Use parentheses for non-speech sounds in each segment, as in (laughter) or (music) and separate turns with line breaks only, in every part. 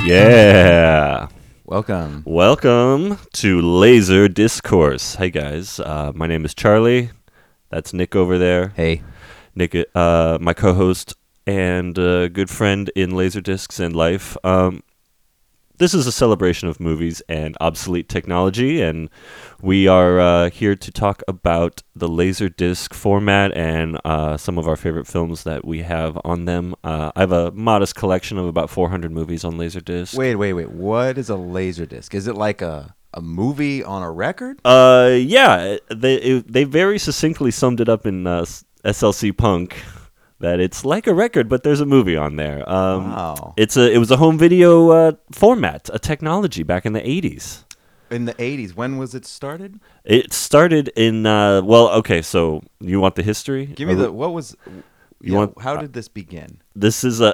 Yeah.
Welcome.
Welcome to Laser Discourse. Hey guys, uh, my name is Charlie. That's Nick over there.
Hey.
Nick, uh, my co-host and uh, good friend in Laserdiscs and life. Um, this is a celebration of movies and obsolete technology, and we are uh, here to talk about the Laserdisc format and uh, some of our favorite films that we have on them. Uh, I have a modest collection of about 400 movies on Laserdisc.
Wait, wait, wait. What is a laser disc? Is it like a, a movie on a record?
Uh, yeah, they it, they very succinctly summed it up in uh, S- SLC Punk that it's like a record, but there's a movie on there. Um,
Wow.
It's a it was a home video uh, format, a technology back in the '80s.
In the 80s, when was it started?
It started in uh, well, okay, so you want the history?
Give me the what was yeah,
Uh, want-
how did this begin?
This is a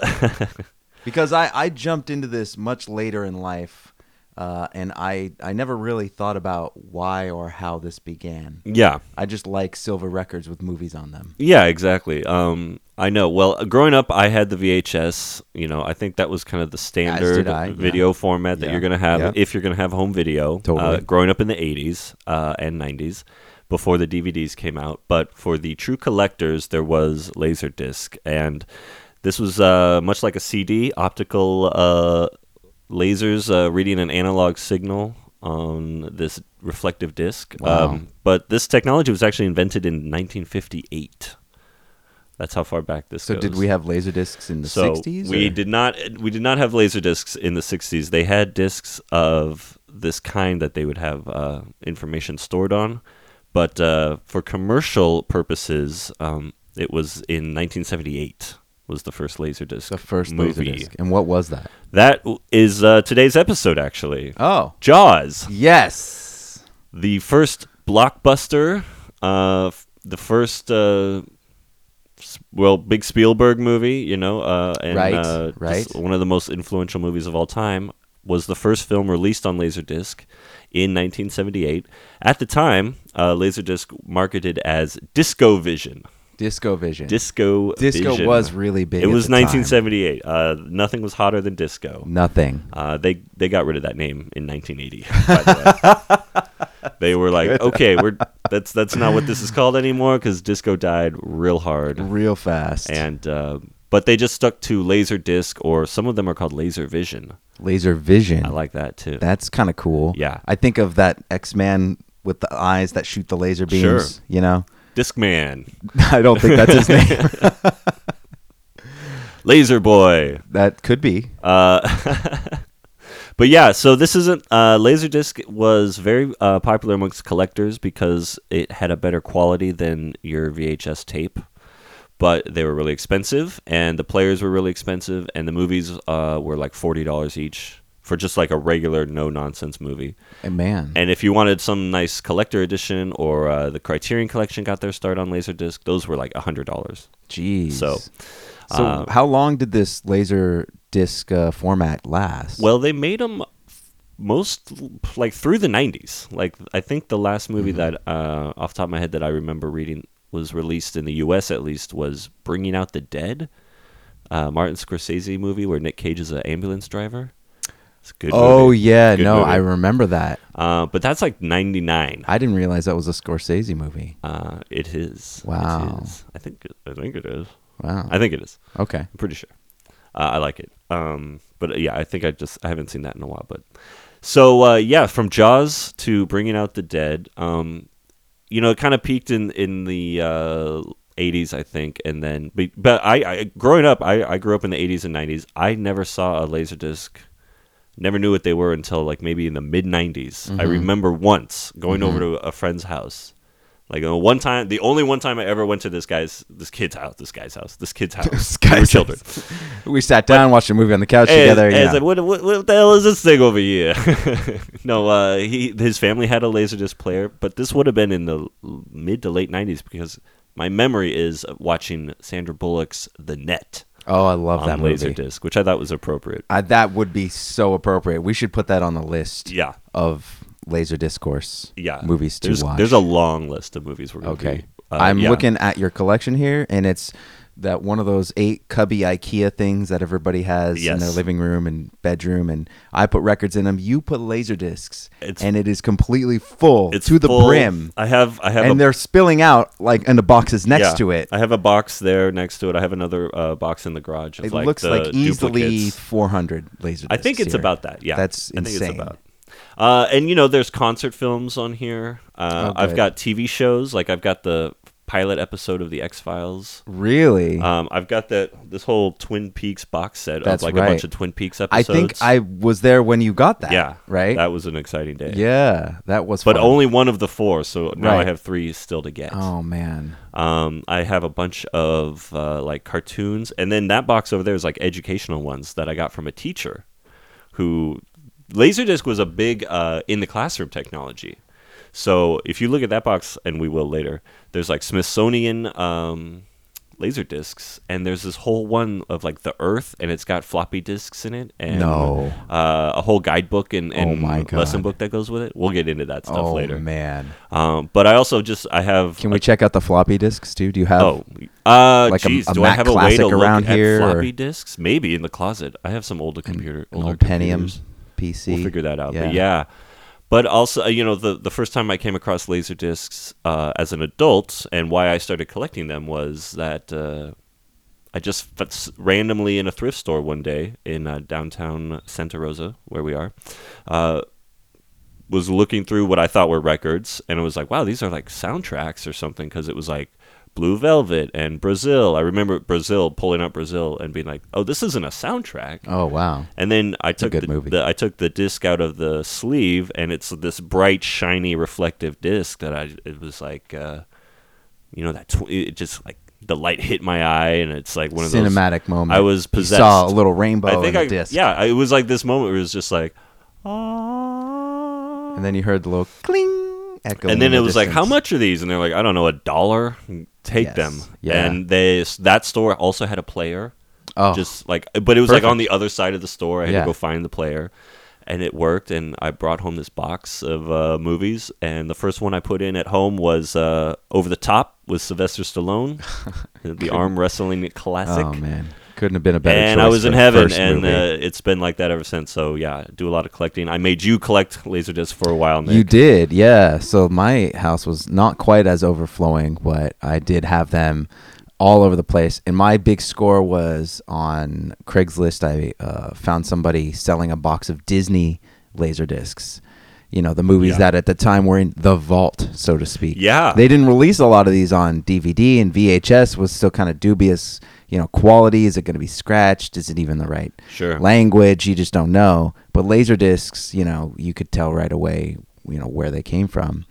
(laughs)
Because I I jumped into this much later in life. Uh, and I, I never really thought about why or how this began.
yeah.
I just like silver records with movies on them.
Yeah, exactly. Um, I know. Well, uh, growing up, I had the VHS. You know, I think that was kind of the standard
I, yeah.
video format that
Yeah.
you're going to have
Yeah.
if you're going to have home video.
Totally.
Uh, growing up in the 80s uh, and 90s, before the DVDs came out. But for the true collectors, there was Laserdisc. And this was uh, much like a CD, optical uh, lasers uh, reading an analog signal on this reflective disc. Um, but this technology was actually invented in 1958. That's how far back this
So
goes.
did we have laser discs in the
so
60s?
we
or-
did not we did not have laser discs in the 60s. They had discs of this kind that they would have uh, information stored on, but uh, for commercial purposes, um, it was in 1978 was the first laser disc.
the first
movie.
Laserdisc. And what was that?
That w- is uh, today's episode actually.
Oh.
Jaws.
Yes.
the first blockbuster, uh, f- the first uh, s- well, big Spielberg movie, you know, uh, and
Right,
uh, just
right.
one of the most influential movies of all time was the first film released on Laserdisc in 1978. At the time, uh, Laserdisc marketed as Disco Vision.
Disco Vision.
Disco
disco
Vision.
was really big.
It
at
was
the time.
1978. Uh, nothing was hotter than disco.
Nothing.
Uh, they they got rid of that name in 1980. By the way, they were like, okay, we're that's that's not what this is called anymore because disco died real hard,
Real fast.
and uh, but they just stuck to laser disc or some of them are called laser vision.
Laser Vision.
I like that too.
That's kind of cool.
Yeah.
I think of that X Man with the eyes that shoot the laser beams.
Sure.
You know. (laughs)
Discman,
I don't think that's
(laughs)
his name. (laughs)
Laser Boy.
that could be.
Uh, (laughs) But yeah, so this isn't uh, Laserdisc was very uh, popular amongst collectors because it had a better quality than your VHS tape, but they were really expensive, and the players were really expensive, and the movies uh, were like forty dollars each for just like a regular no nonsense movie.
And man.
And if you wanted some nice collector edition or uh, the Criterion Collection got their start on Laserdisc, those were like hundred dollars.
Jeez.
So, uh,
So how long did this laser disc uh, format last?
Well, they made them most like through the 90s. Like I think the last movie
Mm-hmm.
that uh, off the top of my head that I remember reading was released in the US at least was Bringing Out the Dead. Uh, Martin Scorsese movie where Nick Cage is an ambulance driver. It's a good
Oh
movie.
yeah,
Good
no, I
movie.
remember that.
Uh, but that's like 99.
I didn't realize that was a Scorsese movie.
Uh, it is. It
Wow.
is. I think I think it is.
Wow.
I think it is.
Okay.
I'm pretty sure. Uh, I like it. Um, but uh, yeah, I think I just I haven't seen that in a while. But so uh, yeah, from Jaws to Bringing Out the Dead, um, you know, it kind of peaked in in the uh, 80s, I think, and then but, but I, I growing up, I, I grew up in the 80s and 90s. I never saw a laserdisc. Never knew what they were until like maybe in the mid 90s. I remember once going over to a friend's house. Like uh, one time, the only one time I ever went to this guy's, this kid's house, this guy's house, (laughs) this kid's house. We were
guy's
children.
We sat down, watched a movie on the couch
Hey,
together.
hey,
yeah.
it's like, what, what, what the hell is this thing over here? (laughs) no, uh, he his family had a laserdisc player, but this would have been in the l- mid to late '90s because my memory is of watching Sandra Bullock's The Net
oh, I love that
on
movie.
laserdisc, which I thought was appropriate.
I, that would be so appropriate. We should put that on the list
Yeah.
of laser discourse.
Yeah,
movies to
there's,
watch.
There's a long list of movies we're gonna
okay.
Be, uh,
I'm
yeah.
looking at your collection here, and it's that one of those eight cubby IKEA things that everybody has in their
Yes.
living room and bedroom, and I put records in them. You put laser discs,
It's-
and it is completely full
It's
to the
full.
brim,
I have I have a,
and they're spilling out like in the boxes next
yeah,
to it.
I have a box there next to it. I have another uh, box in the garage. of,
It looks
the
like easily
duplicates.
400 laser.
I think it's
here.
about that. Yeah,
That's
I think
insane.
it's about. Uh, and you know, there's concert films on here. Uh,
Oh,
I've
good.
got TV shows. Like I've got the pilot episode of the X Files.
Really,
Um, I've got that this whole Twin Peaks box set
Mm-hmm. That's
of like
right.
a bunch of Twin Peaks
I
episodes.
think I was there when you got that.
yeah
right.
That was an exciting day.
yeah, that was.
But
fun.
only one of the four, so now I
Right.
have three still to get.
Oh man,
Um, I have a bunch of uh, like cartoons, and then that box over there is like educational ones that I got from a teacher, who Laserdisc was a big uh, in the classroom technology. So if you look at that box, and we will later, there's like Smithsonian um, laser discs, and there's this whole one of like the Earth, and it's got floppy disks in it, and
No.
uh, a whole guidebook and, and
Oh my God.
lesson book that goes with it. We'll get into that stuff
oh
later.
man.
Um, but I also just I have
Can we check out the floppy discs too? Do you have?
Oh, uh,
like a-
geez,
a
do I
Mac
have a way
Classic
to look
around
at
here, or-
floppy disks? Maybe in the closet. I have some older computer,
an
older
old Pentium
computers.
PC.
We'll figure that out. But yeah, but also, uh, you know, the the first time I came across laser discs uh, as an adult, and why I started collecting them was that uh, I just f- s- randomly in a thrift store one day in uh, downtown Santa Rosa, where we are. Uh, was looking through what I thought were records, and it was like, wow, these are like soundtracks or something, because it was like Blue Velvet and Brazil. I remember Brazil pulling up Brazil and being like, oh, this isn't a soundtrack.
Oh wow.
And then I took
good
the,
movie.
the- I took the disc out of the sleeve, and it's this bright, shiny, reflective disc that I it was like, uh, you know, that tw- it just like the light hit my eye, and it's like one of those
Cinematic moment.
I was
You
possessed.
saw a little rainbow
I think
in
I
the disc.
yeah, it was like this moment where it was just like, ah.
And then you heard the little cling echo.
and then it was like, "How much are these?" And they're like, "I don't know, a dollar. Take
Yes.
them."
Yeah.
And they that store also had a player,
Oh,
just like, but it was
Perfect.
like on the other side of the store. I had
Yeah.
to go find the player, and it worked. And I brought home this box of uh, movies, and the first one I put in at home was uh, Over the Top with Sylvester
(laughs)
Stallone, the arm wrestling classic.
oh man, couldn't have been a better.
and I
choice
was
for
in
a
heaven,
first
and
movie.
uh, it's been like that ever since. So yeah, I do a lot of collecting. I made you collect laserdiscs for a while. Nick.
You did, yeah. So my house was not quite as overflowing, but I did have them all over the place. And my big score was on Craigslist. I uh, found somebody selling a box of Disney laser discs. You know, the movies
Yeah.
that at the time were in the vault, so to speak.
Yeah.
They didn't release a lot of these on DVD, and VHS was still kind of dubious. You know, quality is it going to be scratched? Is it even the right
Sure.
language you just don't know but laser discs you know you could tell right away you know where they came from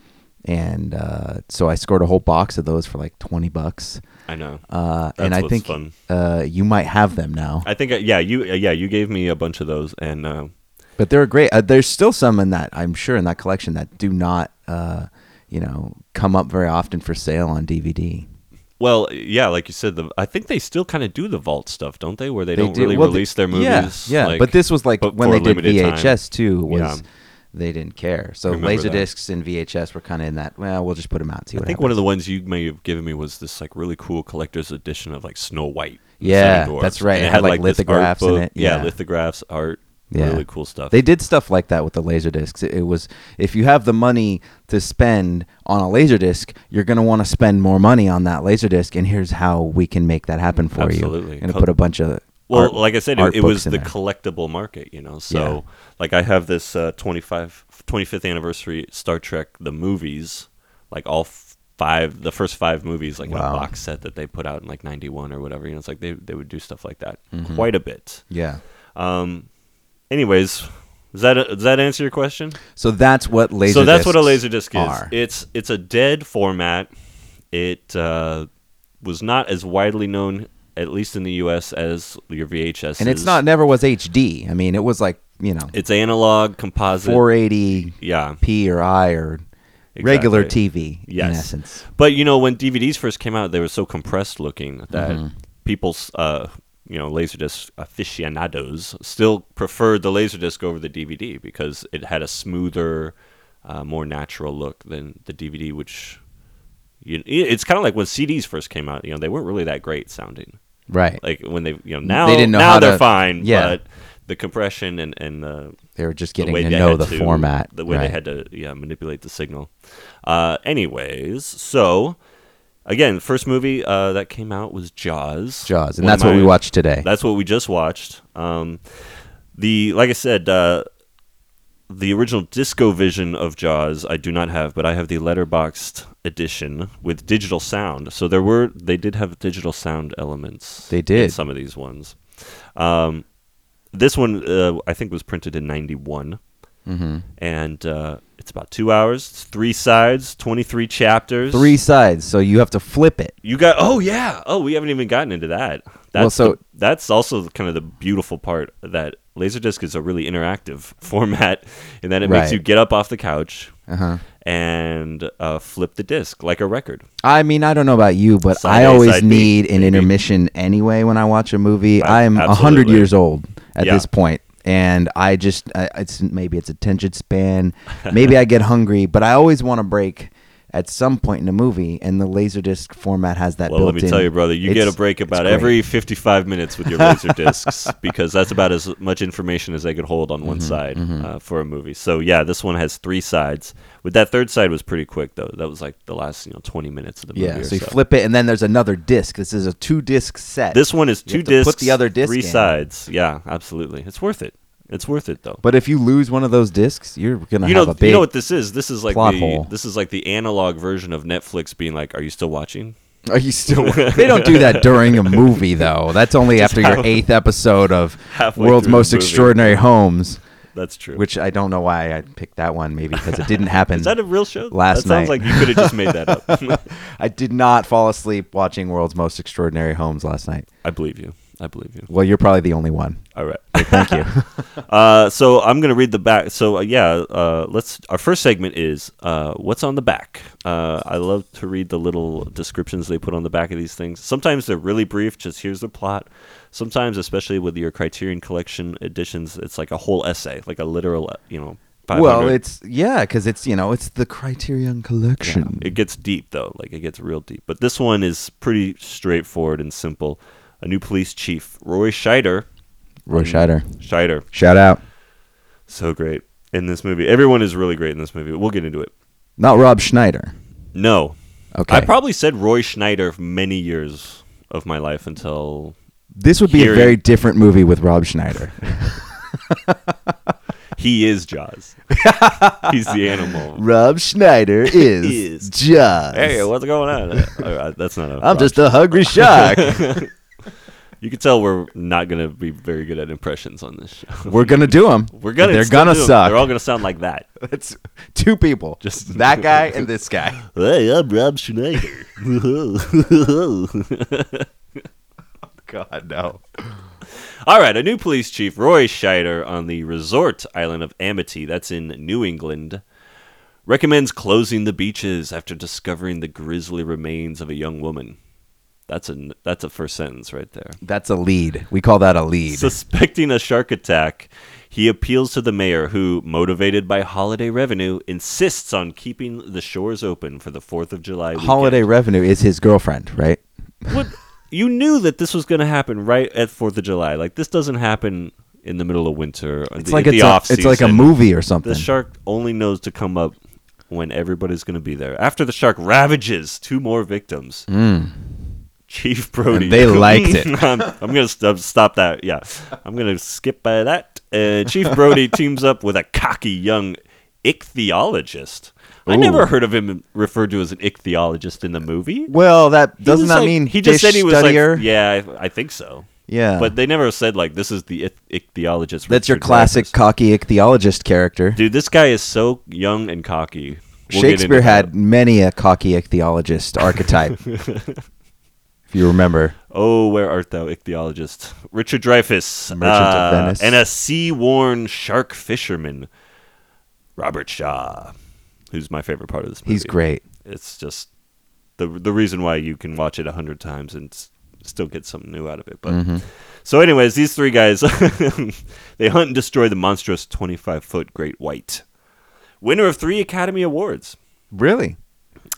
and uh, so i scored a whole box of those for like 20 bucks
I know.
uh,
That's
and i
what's
think
fun.
Uh, you might have them now
I think uh, yeah, you yeah, you gave me a bunch of those, and uh,
but they're great uh, there's still some in that i'm sure in that collection that do not uh, you know come up very often for sale on dvd
well, yeah, like you said, the I think they still kind of do the vault stuff, don't they? Where they, don't
do-
really
well, they-
release their movies.
Yeah, yeah.
like-
but this was like
but
when
for
they
a
did
limited time.
VHS too. Was
Yeah.
they didn't care. So
Remember
laser
that.
discs and VHS were kind of in that. Well, we'll just put them out. and See
I
what
think one
happens.
of the ones you may have given me was this like really cool collector's edition of like Snow White. and the
Yeah,
Seven Dwarfs,
that's right.
and
It had, like,
this art
lithographs in
book-
it,
Yeah.
yeah.
lithographs, art,
Yeah.
really cool stuff.
They did stuff like that with the laser discs. It, it was if you have the money to spend on a laser disc, you're gonna want to spend more money on that laser disc. And here's how we can make that happen for you.
Absolutely.
And
Co-
put a bunch of
well, uh,
art-
like I said,
art
it, it was
books in
the
there.
collectible market, you know.
Yeah.
So, like, I have this uh, 25, 25th anniversary Star Trek the movies, like all f- five, the first five movies, like in
Wow.
a box set that they put out in like '91 or whatever. You know, it's like they they would do stuff like that
Mm-hmm.
quite a bit.
yeah.
Um, anyways, does that does that answer your question?
So that's what laser.
so that's what a
discs
laser disc is.
are.
It's it's a dead format. It uh, was not as widely known, at least in the U.S., as your VHS.
and it's not never was HD. I mean, it was like you know
It's analog composite.
480
yeah,
P or I or regular TV in
Yes.
essence.
but you know when DVDs first came out, they were so compressed looking that
Mm-hmm.
people's uh, you know laserdisc aficionados still preferred the laserdisc over the DVD because it had a smoother. uh, more natural look than the DVD, which you, it's kind of like when CDs first came out. You know, they weren't really that great sounding.
Right.
Like when they, you know, now
They didn't know
now
how
they're
to-
fine.
yeah.
But the compression and and the
They were just
the
getting
way
to
they
know
had
the
to-
format.
the way
right.
they had to yeah manipulate the signal. Uh, anyways, so again, first movie uh, that came out was Jaws.
Jaws, and
One of
that's what we
my-
watched today.
that's what we just watched. Um, the like I said, uh, the original disco vision of Jaws I do not have, but I have the letterboxed edition with digital sound. So there were they did have digital sound elements.
They did.
in some of these ones. Um, this one uh, I think was printed in '91,
Mhm.
and uh, it's about two hours. It's three sides, 23 chapters.
Three sides, so you have to flip it.
You got oh yeah oh we haven't even gotten into that. That's
Well, so-
the- that's also kind of the beautiful part that Laserdisc is a really interactive (laughs) format in that it makes
Right.
you get up off the couch
Uh huh.
and uh, flip the disc like a record.
I mean, I don't know about you, but
Side
I
A,
always
side B,
need an
maybe.
intermission anyway when I watch a movie.
Ab-
I'm a hundred
absolutely.
years old at
Yeah.
this point, and I just I, it's maybe it's attention span, maybe I get hungry, but I always want a break at some point in a movie, and the laserdisc format has that.
Well, let
built
me
in.
tell you, brother, you
It's-
get a break
it's
about
great.
every 55 minutes
(laughs)
with your laser discs because that's about as much information as I could hold on
Mm-hmm,
one side Uh, for a movie. So yeah, this one has three sides. With that third side was pretty quick though. That was like the last you know 20 minutes of the movie.
Yeah,
or
so you flip it, and then there's another disc. This is a two disc set.
This one is
You
two
have to
discs,
put the other disc
three
in.
sides. Yeah, absolutely. It's worth it. It's worth it though.
but if you lose one of those discs, you're gonna
you
have
know,
a big.
you know what this is. This is like
plot
the
hole.
this is like the analog version of Netflix being like, "Are you still watching?"
(laughs) Are you still?
(laughs)
they don't do that during a movie, though. That's only after your eighth episode of
halfway
World's
through the
Most
movie.
Extraordinary Homes,
That's true.
which I don't know why I picked that one. Maybe because it
(laughs)
didn't happen.
is that a real show?
Last
that sounds like
night.
you could have just made that
(laughs)
up. (laughs)
I did not fall asleep watching World's Most Extraordinary Homes last night.
I believe you. I believe you.
Well, you're probably the only one.
All right.
Thank
(laughs)
you.
Uh, so I'm gonna read the back. So uh, yeah, uh, let's. Our first segment is uh, what's on the back. Uh, I love to read the little descriptions they put on the back of these things. Sometimes they're really brief, just here's the plot. Sometimes, especially with your Criterion Collection editions, it's like a whole essay, like a literal, uh, you know. 500.
well, it's yeah, because it's you know it's the Criterion Collection.
It gets deep though, like it gets real deep. But this one is pretty straightforward and simple. A new police chief, Roy Scheider.
Roy Scheider,
Scheider,
shout out.
so great in this movie. Everyone is really great in this movie. We'll get into it.
Not Rob Schneider.
No.
Okay.
I probably said Roy Schneider for many years of my life until
this would be a
Hearing-
very different movie with Rob Schneider.
he is
(laughs)
Jaws. He's the animal.
(laughs) Rob (laughs) Schneider is,
Is.
Jaws.
Hey, what's going on? Uh, that's not a.
I'm just a hungry shark.
You can tell we're not gonna be very good at impressions on this show.
(laughs) We're gonna do them.
(laughs) We're gonna.
They're
still
gonna
do 'em.
suck.
They're all gonna sound like
(laughs)
that.
That's two people.
Just-
Just (laughs) that guy and this guy.
Hey, I'm Rob (laughs) Schneider.
God no.
All right, a new police chief, Roy Scheider, on the resort island of Amity, that's in New England, recommends closing the beaches after discovering the grisly remains of a young woman. That's a that's a first sentence right there.
That's a lead. We call that a lead.
Suspecting a shark attack, he appeals to the mayor, who, motivated by holiday revenue, insists on keeping the shores open for the Fourth of July. Weekend.
Holiday revenue is his girlfriend, right?
What? You knew that this was going to happen right at Fourth of July. Like this doesn't happen in the middle of winter.
It's like it's, a, it's like a
move.
movie or something.
The shark only knows to come up when everybody's going to be there. After the shark ravages two more victims, Chief Brody.
Mm. And they liked
(laughs)
it.
I'm, I'm going to st- stop that. Yeah. I'm going to skip by that. Uh, Chief
(laughs)
Brody teams up with a cocky young ichthyologist. I
Ooh.
never heard of him referred to as an ichthyologist in the movie.
Well, that
He was
doesn't that
like-
mean
he just
fish
said he was
studier?
like yeah, I, I think so.
Yeah.
but they never said like this is the ich- ichthyologist.
That's your
Richard
classic
Dreyfuss.
cocky ichthyologist character.
Dude, this guy is so young and cocky. We'll get into
Shakespeare had
that.
many a cocky
(laughs)
ichthyologist archetype. if you remember.
Oh, where art thou, ichthyologist? Richard Dreyfuss,
Merchant of Venice.
and a sea-worn shark fisherman, Robert Shaw, who's my favorite part of this movie.
He's great.
It's just the the reason why you can watch it a hundred times and s- still get something new out of it. But
Mm-hmm.
so, anyways, these (laughs) three guys they hunt and destroy the monstrous twenty-five foot great white. Winner of three Academy Awards.
Really?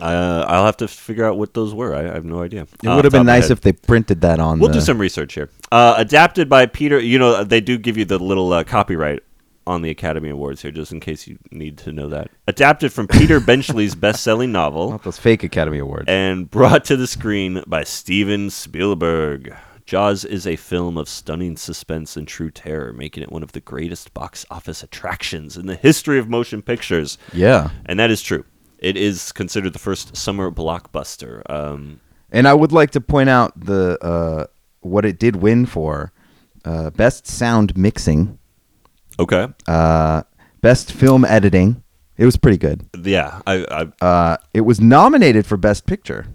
Uh, I'll have to figure out what those were. I, I have no idea.
It would have been nice if they printed that on.
we'll
the,
do some research here. Uh, adapted by Peter. You know they do give you the little uh, copyright on the Academy Awards here, just in case you need to know that. Adapted from
(laughs)
Peter Benchley's best-selling novel
not those fake Academy Awards.
and (laughs) brought to the screen by Steven Spielberg. Jaws is a film of stunning suspense and true terror, making it one of the greatest box office attractions in the history of motion pictures.
yeah,
And that is true. It is considered the first summer blockbuster. Um,
and I would like to point out the uh, what it did win for uh, best sound mixing,
okay.
uh, best film editing. It was pretty good.
Yeah. I, I did
Uh, it was nominated for best picture,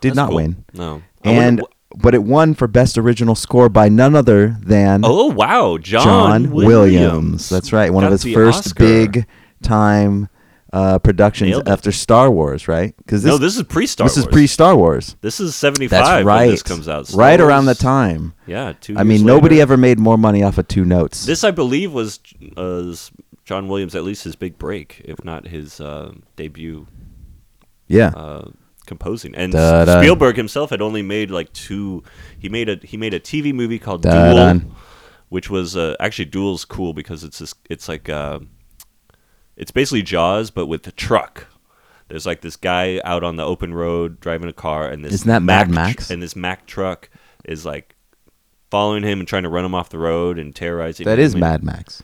did not win, Oh,
No. I wonder
and
wh-
but it won for best original score by none other than
oh wow, John,
John Williams.
Williams.
That's right. One
Got
of his
the
first
Oscar.
big time uh, productions
Nailed it.
after Star Wars, right? Because this,
no, this is pre Star.
this is pre Star Wars.
This is seventy
That's
five
right.
when this comes out. Star
right around the
Wars-
time.
Yeah. Two.
I mean,
years
nobody
later.
ever made more money off of two notes.
This, I believe, was uh, s- John Williams at least his big break, if not his uh, debut
yeah,
uh, composing. And
Da da.
Spielberg himself had only made like two. He made a he made a TV movie called
Da
Duel,
da.
which was uh, actually Duel's cool because it's this, it's like uh, it's basically Jaws but with a truck. There's like this guy out on the open road driving a car, and this
Isn't that
Mack
Mad Max?
tr- and this Mac truck is like following him and trying to run him off the road and terrorizing.
that
him
is
and-
Mad Max.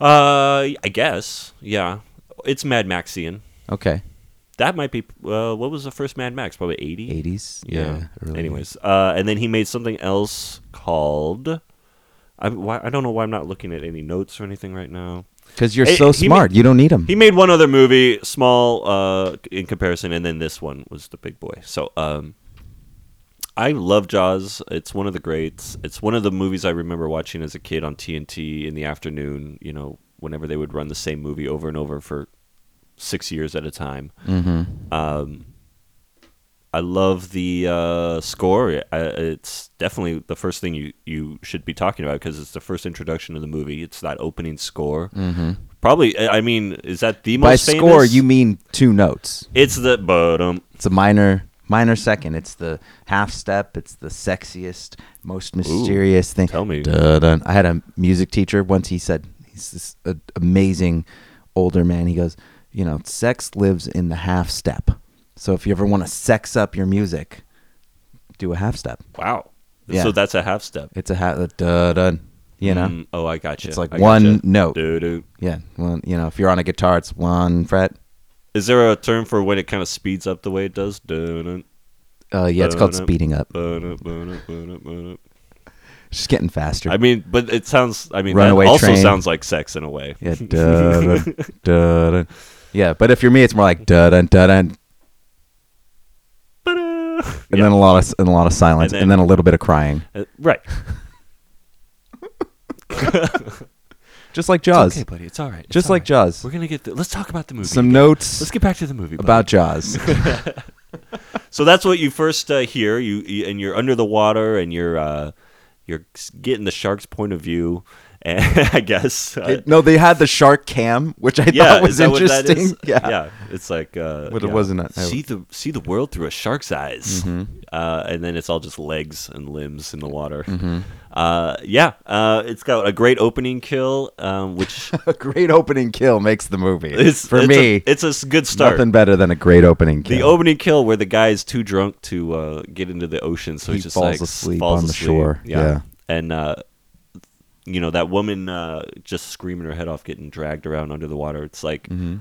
Uh, I guess yeah, it's Mad Maxian.
Okay,
That might be uh, what was the first Mad Max? Probably eighty.
eighties.
Yeah.
early.
Anyways, uh, and then he made something else called. I, why, I don't know why I'm not looking at any notes or anything right now.
because you're
Eh,
so
he ma-
smart, you don't need them.
He made one other movie, small uh, in comparison, and then this one was the big boy. So um, I love Jaws. It's one of the greats. It's one of the movies I remember watching as a kid on TNT in the afternoon. You know, whenever they would run the same movie over and over for six years at a time.
mm-hmm.
Um, I love the uh, score. I, it's definitely the first thing you, you should be talking about because it's the first introduction to the movie. It's that opening score.
Mm-hmm.
Probably, I I mean, is that the
By
most famous?
score, you mean two notes.
It's the bottom.
It's a minor minor second. It's the half step. It's the sexiest, most mysterious thing.
tell me.
Dun-dun. I had a music teacher once. He said he's this uh, amazing older man. He goes, you know, sex lives in the half step. So if you ever want to sex up your music, do a half step.
Wow.
Yeah.
So that's a half step.
It's a half. Dun dun. You know.
Mm, oh, I got gotcha. you.
It's like one note.
Doo-doo.
Yeah. One. You know, if you're on a guitar, it's one fret.
Is there a term for when it kind of speeds up the way it does? Doo-doo,
Uh, yeah, it's called
Dun-dun.
speeding up.
doo-doo, doo-doo, doo-doo, doo-doo.
It's just getting faster.
I mean, but it sounds. I mean, that
Runaway
also
train.
sounds like sex in a way.
Yeah,
(laughs)
dun, dun. yeah. But if you're me, it's more like dun dun dun, dun,
Ba-da.
and then a lot of s- and a lot of silence,
And
and then, a little bit of crying,
Uh, right.
just like Jaws,
okay, buddy. It's all right. It's
just
all
like
right.
Jaws.
We're gonna get. The, let's talk about the movie.
Some
again.
notes
Let's get back to the movie. buddy.
about Jaws.
(laughs) So that's what you first uh, hear. You, you and you're under the water and you're uh, you're s- getting the shark's point of view. (laughs) And I guess. Uh,
It- no, they had the shark cam, which (laughs) I
yeah,
thought was
is that what that
interesting. (laughs)
is? yeah, it's like, uh,
But it
yeah.
wasn't a-
see the see the world through a shark's eyes,
Mm-hmm.
uh, and then it's all just legs and limbs in the water.
Mm-hmm.
Uh, yeah, uh, it's got a great opening kill, um,
(laughs)
which
a great opening kill makes the movie.
It's
For
it's
me,
a- it's a s- good start.
nothing better than a great opening
The
kill.
opening kill where the guy is too drunk to uh, get into the ocean, so
He
he's just
falls
like
asleep
falls
on the
asleep.
shore, yeah.
and uh, you know that woman uh, just screaming her head off, getting dragged around under the water. It's like
Mm-hmm.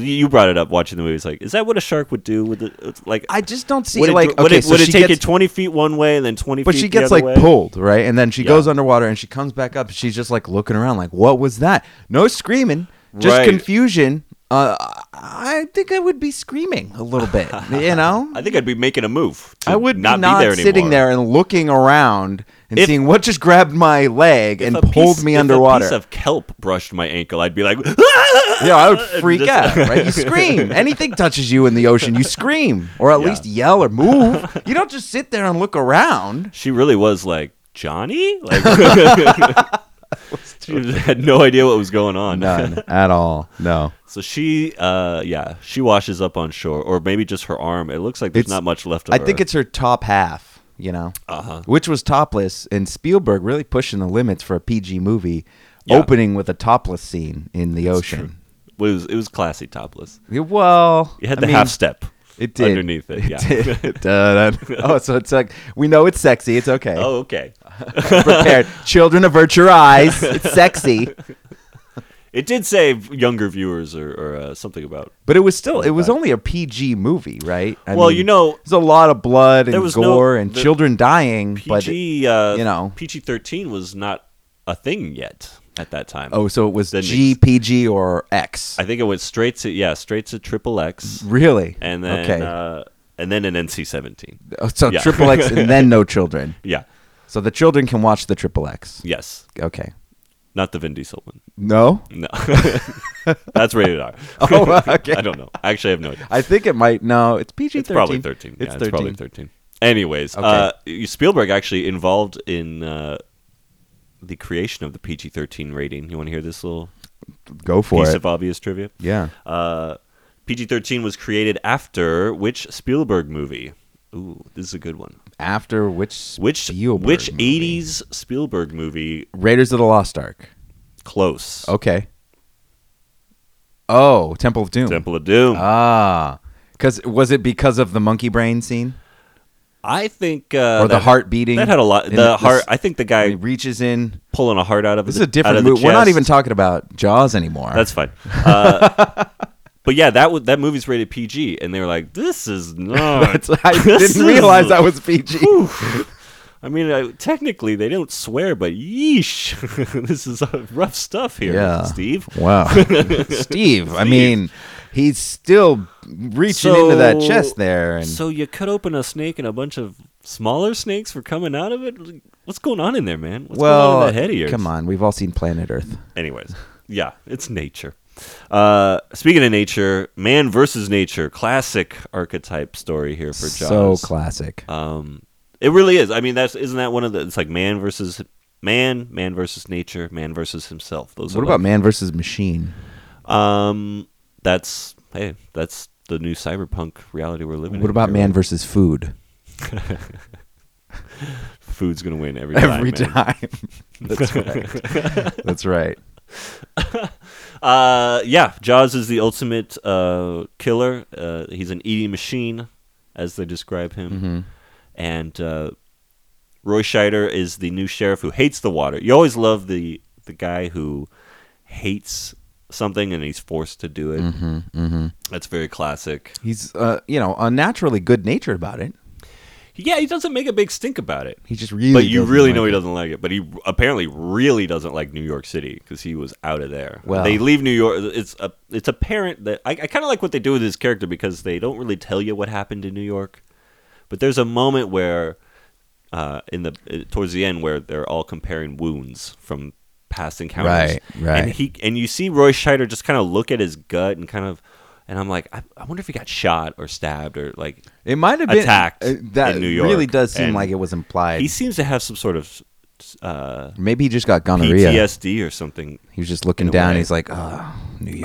you- you brought it up watching the movie. It's like, is that what a shark would do with it? It's like
I just don't see
would it,
like
would
okay,
it,
so
would it
she
take it
gets-
twenty feet one way and then twenty?
But
feet
she
the
gets
other way?
like pulled, right? And then she
Yeah.
goes underwater and she comes back up. She's just like looking around, like, "What was that?" No screaming, just
Right.
confusion. Uh, I think I would be screaming a
(laughs)
little bit, you know.
I think I'd be making a move. To
I would
not
not, not
be there
sitting
anymore.
there and looking around and
If-
seeing what just grabbed my leg and
If a
pulled
piece-
me
if
underwater.
A piece of kelp brushed my ankle. I'd be like, (laughs)
(laughs) yeah, I would freak
Just-
out.
(laughs)
Right? You scream. Anything touches you in the ocean, you scream, or at
Yeah.
least yell or move. You don't
(laughs)
just sit there and look around. (laughs)
She really was like Johnny. Like, (laughs) she had no idea what was going on.
None at all. No.
So she, uh, yeah, she washes up on shore, or maybe just her arm. It looks like there's
It's-
not much left of
I
her.
think it's her top half, you know,
Uh-huh.
which was topless. And Spielberg really pushing the limits for a PG movie,
Yeah.
opening with a topless scene in the ocean.
It was it was classy topless.
Yeah, Well,
You had
I
the
mean, (laughs)
half step.
It did.
underneath it. Yeah.
did. Dun, dun. oh, so it's like we know it's sexy. It's okay.
(laughs) Oh, okay. (laughs)
Prepared. Children, avert your eyes. It's sexy.
It did say younger viewers or, or uh, something about.
But it was still. It was
Right.
only a PG movie, right? I
well,
mean,
you know,
there's a lot of blood
There
and
was no-
gore and
the-
children dying. but
PG, uh,
you know.
PG thirteen was not a thing yet at that time.
oh, so it was
Then
G,
it's-
PG, or X.
I think it went straight to yeah, straight to triple
Mm-hmm.
X,
really?
and then
okay.
uh, and then an NC seventeen.
Oh, so
yeah.
triple X and then
(laughs)
no children.
Yeah.
So the children can watch the triple X.
Yes.
Okay.
Not the Vin Diesel one.
No. (laughs)
No. That's rated R.
Oh, okay.
(laughs) I don't know. Actually, I have no idea.
I think it might. No, it's PG.
It's probably 13. Yeah,
It's
It's,
13.
probably 13. Anyways, uh, Spielberg actually involved in uh, the creation of the PG 13 rating. You want to hear this little
Go for
piece
it.
of obvious trivia?
yeah.
Uh, PG 13 was created after which Spielberg movie? Ooh, this is a good one.
After which?
Which
Spielberg
which
movie?
80s Spielberg movie?
Raiders of the Lost Ark.
Close.
Okay. Oh, Temple of Doom.
Temple of Doom.
Ah, because was it because of the monkey brain scene
I think uh,
or the
that-
heart beating?
That had a lot.
And
The
this-
heart. I think the guy
he reaches in.
pulling a heart out of
This
the-
is a
out
different
of the
movie. We're not
chest.
even talking about Jaws anymore.
That's fine. Uh,
(laughs)
but yeah, that w- that movie's rated PG, and they were like, "This is
(laughs)
not."
That's-
(laughs)
I
this
didn't realize
is-
that was PG.
I mean, I, technically they don't swear, but yeesh, (laughs) this is uh, rough stuff here,
Yeah.
Steve. (laughs)
Wow, Steve. I mean, he's still reaching into that
So-
chest there, and
So you cut open a snake, and a bunch of smaller snakes were coming out of it. Like, What's going on in there, man? What's
well,
going on in that head of yours?
come on, we've all seen Planet Earth.
Anyways, yeah, it's nature. Uh, speaking of nature, man versus nature, classic archetype story here for Jaws.
So classic.
Um, it really is. I mean, that's isn't that one of the? It's like man versus man, man versus nature, man versus himself. Those
what
are
about man versus machine?
about um? That's hey, that's the new cyberpunk reality we're living in.
What about
here,
man
right?
versus food?
Food's gonna win every time.
Every
(laughs) man.
time. That's right. That's right.
Uh, yeah, Jaws is the ultimate uh killer. Uh, he's an eating machine, as they describe him, and uh. Roy Scheider is the new sheriff who hates the water. You always love the the guy who hates something and he's forced to do it.
hmm hmm
That's very classic.
He's, uh, you know, unnaturally good natured about it.
Yeah, he doesn't make a big stink about it.
He just really.
but you
doesn't
really
like
know he
it.
doesn't like it. But he apparently really doesn't like New York City because he was out of there.
Well-
they leave New York. It's a, it's apparent that I, I kind of like what they do with his character because they don't really tell you what happened in New York. But there's a moment where, uh, in the uh, towards the end, where they're all comparing wounds from past encounters.
Right, right.
And he and you see Roy Scheider just kind of look at his gut and kind of. And I'm like, I, I wonder if he got shot or stabbed or like
It might have been
attacked
uh, that
in New
really
York,
does seem
and
like it was implied.
he seems to have some sort of uh,
Maybe he just got gonorrhea.
PTSD or something.
He was just looking
in a
down.
way.
He's like, oh, New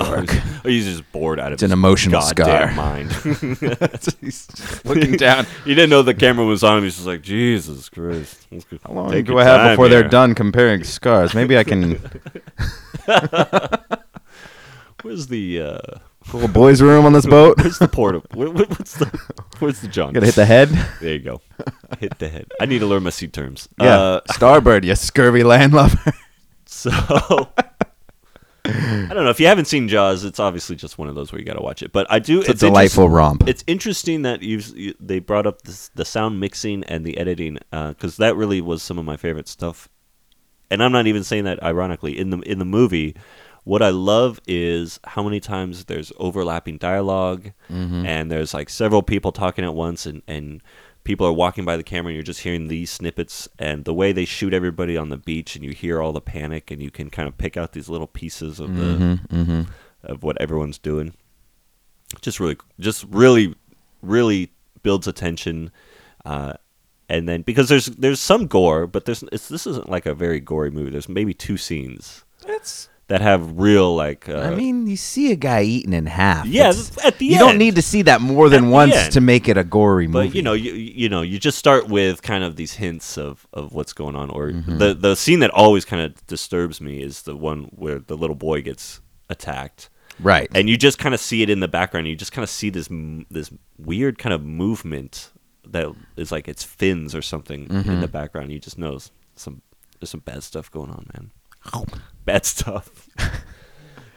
(laughs) Or
York.
he's- or he's just bored out of
It's an
his
emotional scar.
goddamn
(laughs)
mind. (laughs)
he's just (laughs) looking down.
he didn't know the camera was on him. He's just like, Jesus Christ. let's go-
How long
take
do
your
I have
time
before
here."
they're done comparing scars? Maybe I can (laughs)
Where's the uh, (laughs)
pull a boys' room on this boat. (laughs)
where's the portal? Where, where- what's the where's the junk?
Gonna hit the head.
There you go. Hit the head. I need to learn my sea terms.
(laughs) Yeah,
Uh,
starboard, you
(laughs)
scurvy landlubber.
so I don't know if you haven't seen Jaws. It's obviously just one of those where you got to watch it. But I do.
It's a
interest-
delightful romp.
it's interesting that you've you, they brought up this, the sound mixing and the editing because that really was some of my favorite stuff. And I'm not even saying that ironically. In the in the movie, what I love is how many times there's overlapping dialog and there's like several people talking at once and and people are walking by the camera and you're just hearing these snippets and the way they shoot everybody on the beach and you hear all the panic and you can kind of pick out these little pieces of the
mm-hmm.
of what everyone's doing. Just really, just really, really builds attention, uh, and then because there's there's some gore, but there's it's, this isn't like a very gory movie. There's maybe two scenes
That's.
that have real like. Uh,
I mean, you see a guy eaten in half.
yeah,
That's-
at the
you
end
don't need to see that more
At
than
the
once
end.
to make it a gory movie.
But you know, you you know, you just start with kind of these hints of, of what's going on. Or
Mm-hmm.
the the scene that always kind of disturbs me is the one where the little boy gets attacked,
right?
and you just kind of see it in the background. You just kind of see this m- this weird kind of movement that is like its fins or something in the background. You just know s- some there's some bad stuff going on, man. Bad stuff.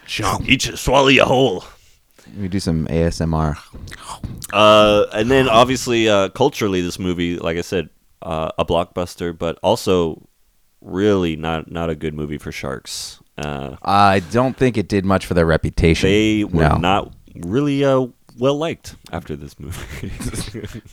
Chomp, eat you, swallow you whole.
we do some ASMR.
Uh, and then obviously uh, culturally, this movie, like I said, uh, a blockbuster, but also really not not a good movie for sharks. Uh,
I don't think it did much for their reputation.
they were
No.
not really uh, well liked after this movie. (laughs)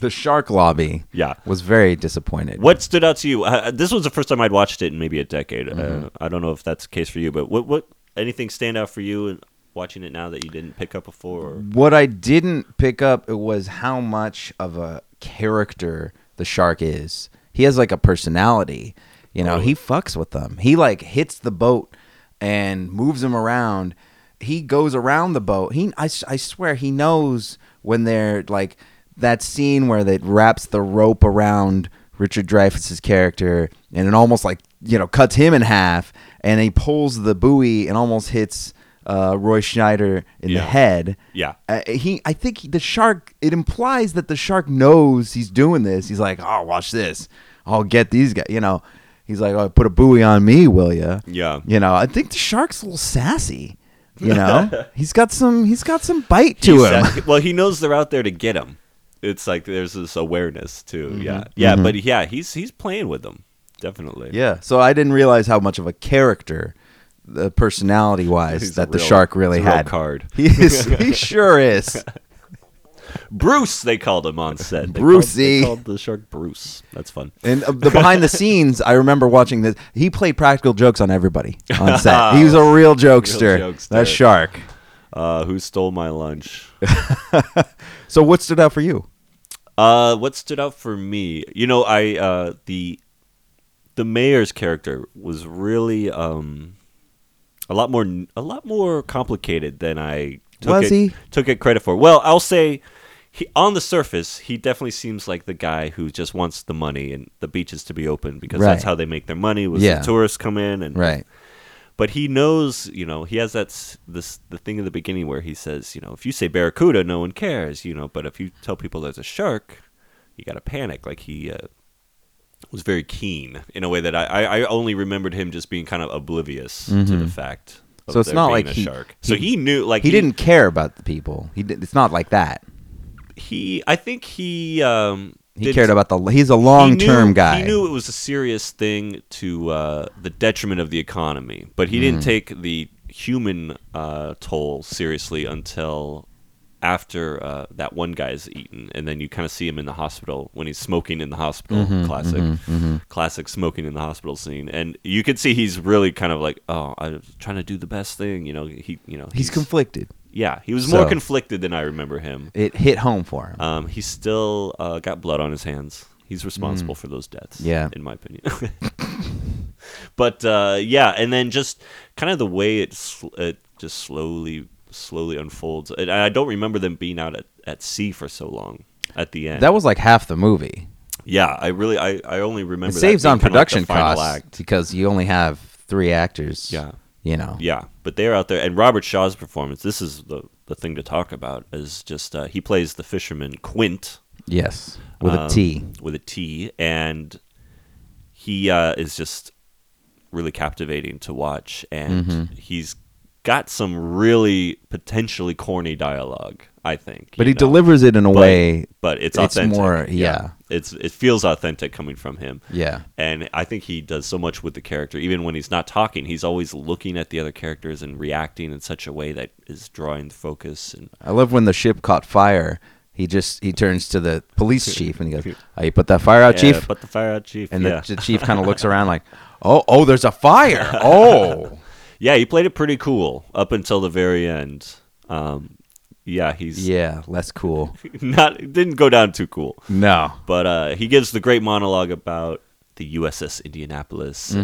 The shark lobby
yeah.
was very disappointed.
What stood out to you? Uh, this was the first time I'd watched it in maybe a decade.
Mm-hmm.
Uh, I don't know if that's the case for you, but what what anything stand out for you in watching it now that you didn't pick up before? Or?
What I didn't pick up was how much of a character the shark is. He has like a personality. You know, he fucks with them. He like hits the boat and moves them around. He goes around the boat. He, I, s- I swear, he knows when they're like that scene where they wraps the rope around Richard Dreyfuss's character and it almost like you know cuts him in half, and he pulls the buoy and almost hits uh, Roy Schneider in
Yeah.
the head.
Yeah.
Uh, he, I think he- the shark. It implies that the shark knows he's doing this. He's like, "Oh, watch this. I'll get these guys." You know, he's like, "Oh, put a buoy on me, will ya?"
Yeah.
You know, I think the shark's a little sassy.
(laughs)
You know, he's got some. He's got some bite to
He's
him.
at- (laughs) well, he knows they're out there to get him. It's like there's this awareness too.
Mm-hmm.
Yeah, yeah, but yeah, he's he's playing with them definitely.
(laughs) yeah. So I didn't realize how much of a character, the personality
He's
wise,
a
that the
real-
shark really
he's a real
had.
card. (laughs)
He is. He sure is.
Bruce, they called him on set. They called-
Brucey.
they called the shark Bruce. That's fun.
And uh, the
(laughs)
behind the scenes, I remember watching this. He played practical jokes on everybody
(laughs)
on set. He was a real jokester.
jokester.
That shark.
Uh, who stole my lunch?
So what stood out for you?
Uh, what stood out for me, you know, I uh, the the mayor's character was really um, a lot more a lot more complicated than I took
Was
it,
he?
took it credit for. Well, I'll say. He, on the surface, he definitely seems like the guy who just wants the money and the beaches to be open because that's
Right.
how they make their money. Was
Yeah.
the tourists come in and
Right.
but he knows, you know, he has that s- this the thing in the beginning where he says, you know, if you say barracuda, no one cares, you know, but if you tell people there's a shark, you got to panic. Like he uh, was very keen in a way that I, I, I only remembered him just being kind of oblivious to the fact. Of
Mm-hmm. So it's
there
not
being
like
a
he-
shark. so he knew, like
He didn't care about the people. He did, it's not like that.
He, I think he. Um,
He
did
cared about the. He's a
he
long term
knew-
guy.
He knew it was a serious thing to uh, the detriment of the economy, but he
Mm.
didn't take the human uh, toll seriously until after uh, that one guy is eaten, and then you kind of see him in the hospital when he's smoking in the hospital.
Mm-hmm,
classic, classic smoking in the hospital scene, and you can see he's really kind of like, oh, I'm trying to do the best thing, you know. He, you know,
He's conflicted.
yeah, he was more
So-
conflicted than I remember him.
It hit home for him.
Um, he's still uh, got blood on his hands. He's responsible for those deaths.
Hmm. Yeah.
in my opinion. (laughs) but uh, yeah, and then just kind of the way it sl- it just slowly slowly unfolds. And I don't remember them being out at, at sea for so long. At the end,
that was like half the movie.
yeah, I really I, I only
It
remember that
saves
being
on
kinda like the
production
final
costs
act.
because you only have three actors.
Yeah.
You know.
Yeah, but they're out there, and Robert Shaw's performance. This is the the thing to talk about. Is just uh, he plays the fisherman Quint,
Yes. With a
um,
T.
With a T, and he uh, is just really captivating to watch, and
Mm-hmm.
he's got some really potentially corny dialogue. I think,
But
you
he
know?
delivers it in a
But-
way.
But it's
it's
authentic.
more- yeah.
it's it feels authentic coming from him.
Yeah.
And I think he does so much with the character. Even when he's not talking, he's always looking at the other characters and reacting in such a way that is drawing the focus. And
I love when the ship caught fire. He just he turns to the
(laughs)
police chief and he goes, oh, "You put that fire out,
Yeah,
chief."
but the fire out, chief.
and
yeah.
the, the chief kind
(laughs)
of looks around like, "Oh, oh, there's a fire! Oh,
Yeah, he played it pretty cool up until the very end. Um, yeah, he's
Yeah, less cool.
(laughs) not didn't go down too cool.
No.
But uh, he gives the great monologue about the USS Indianapolis, mm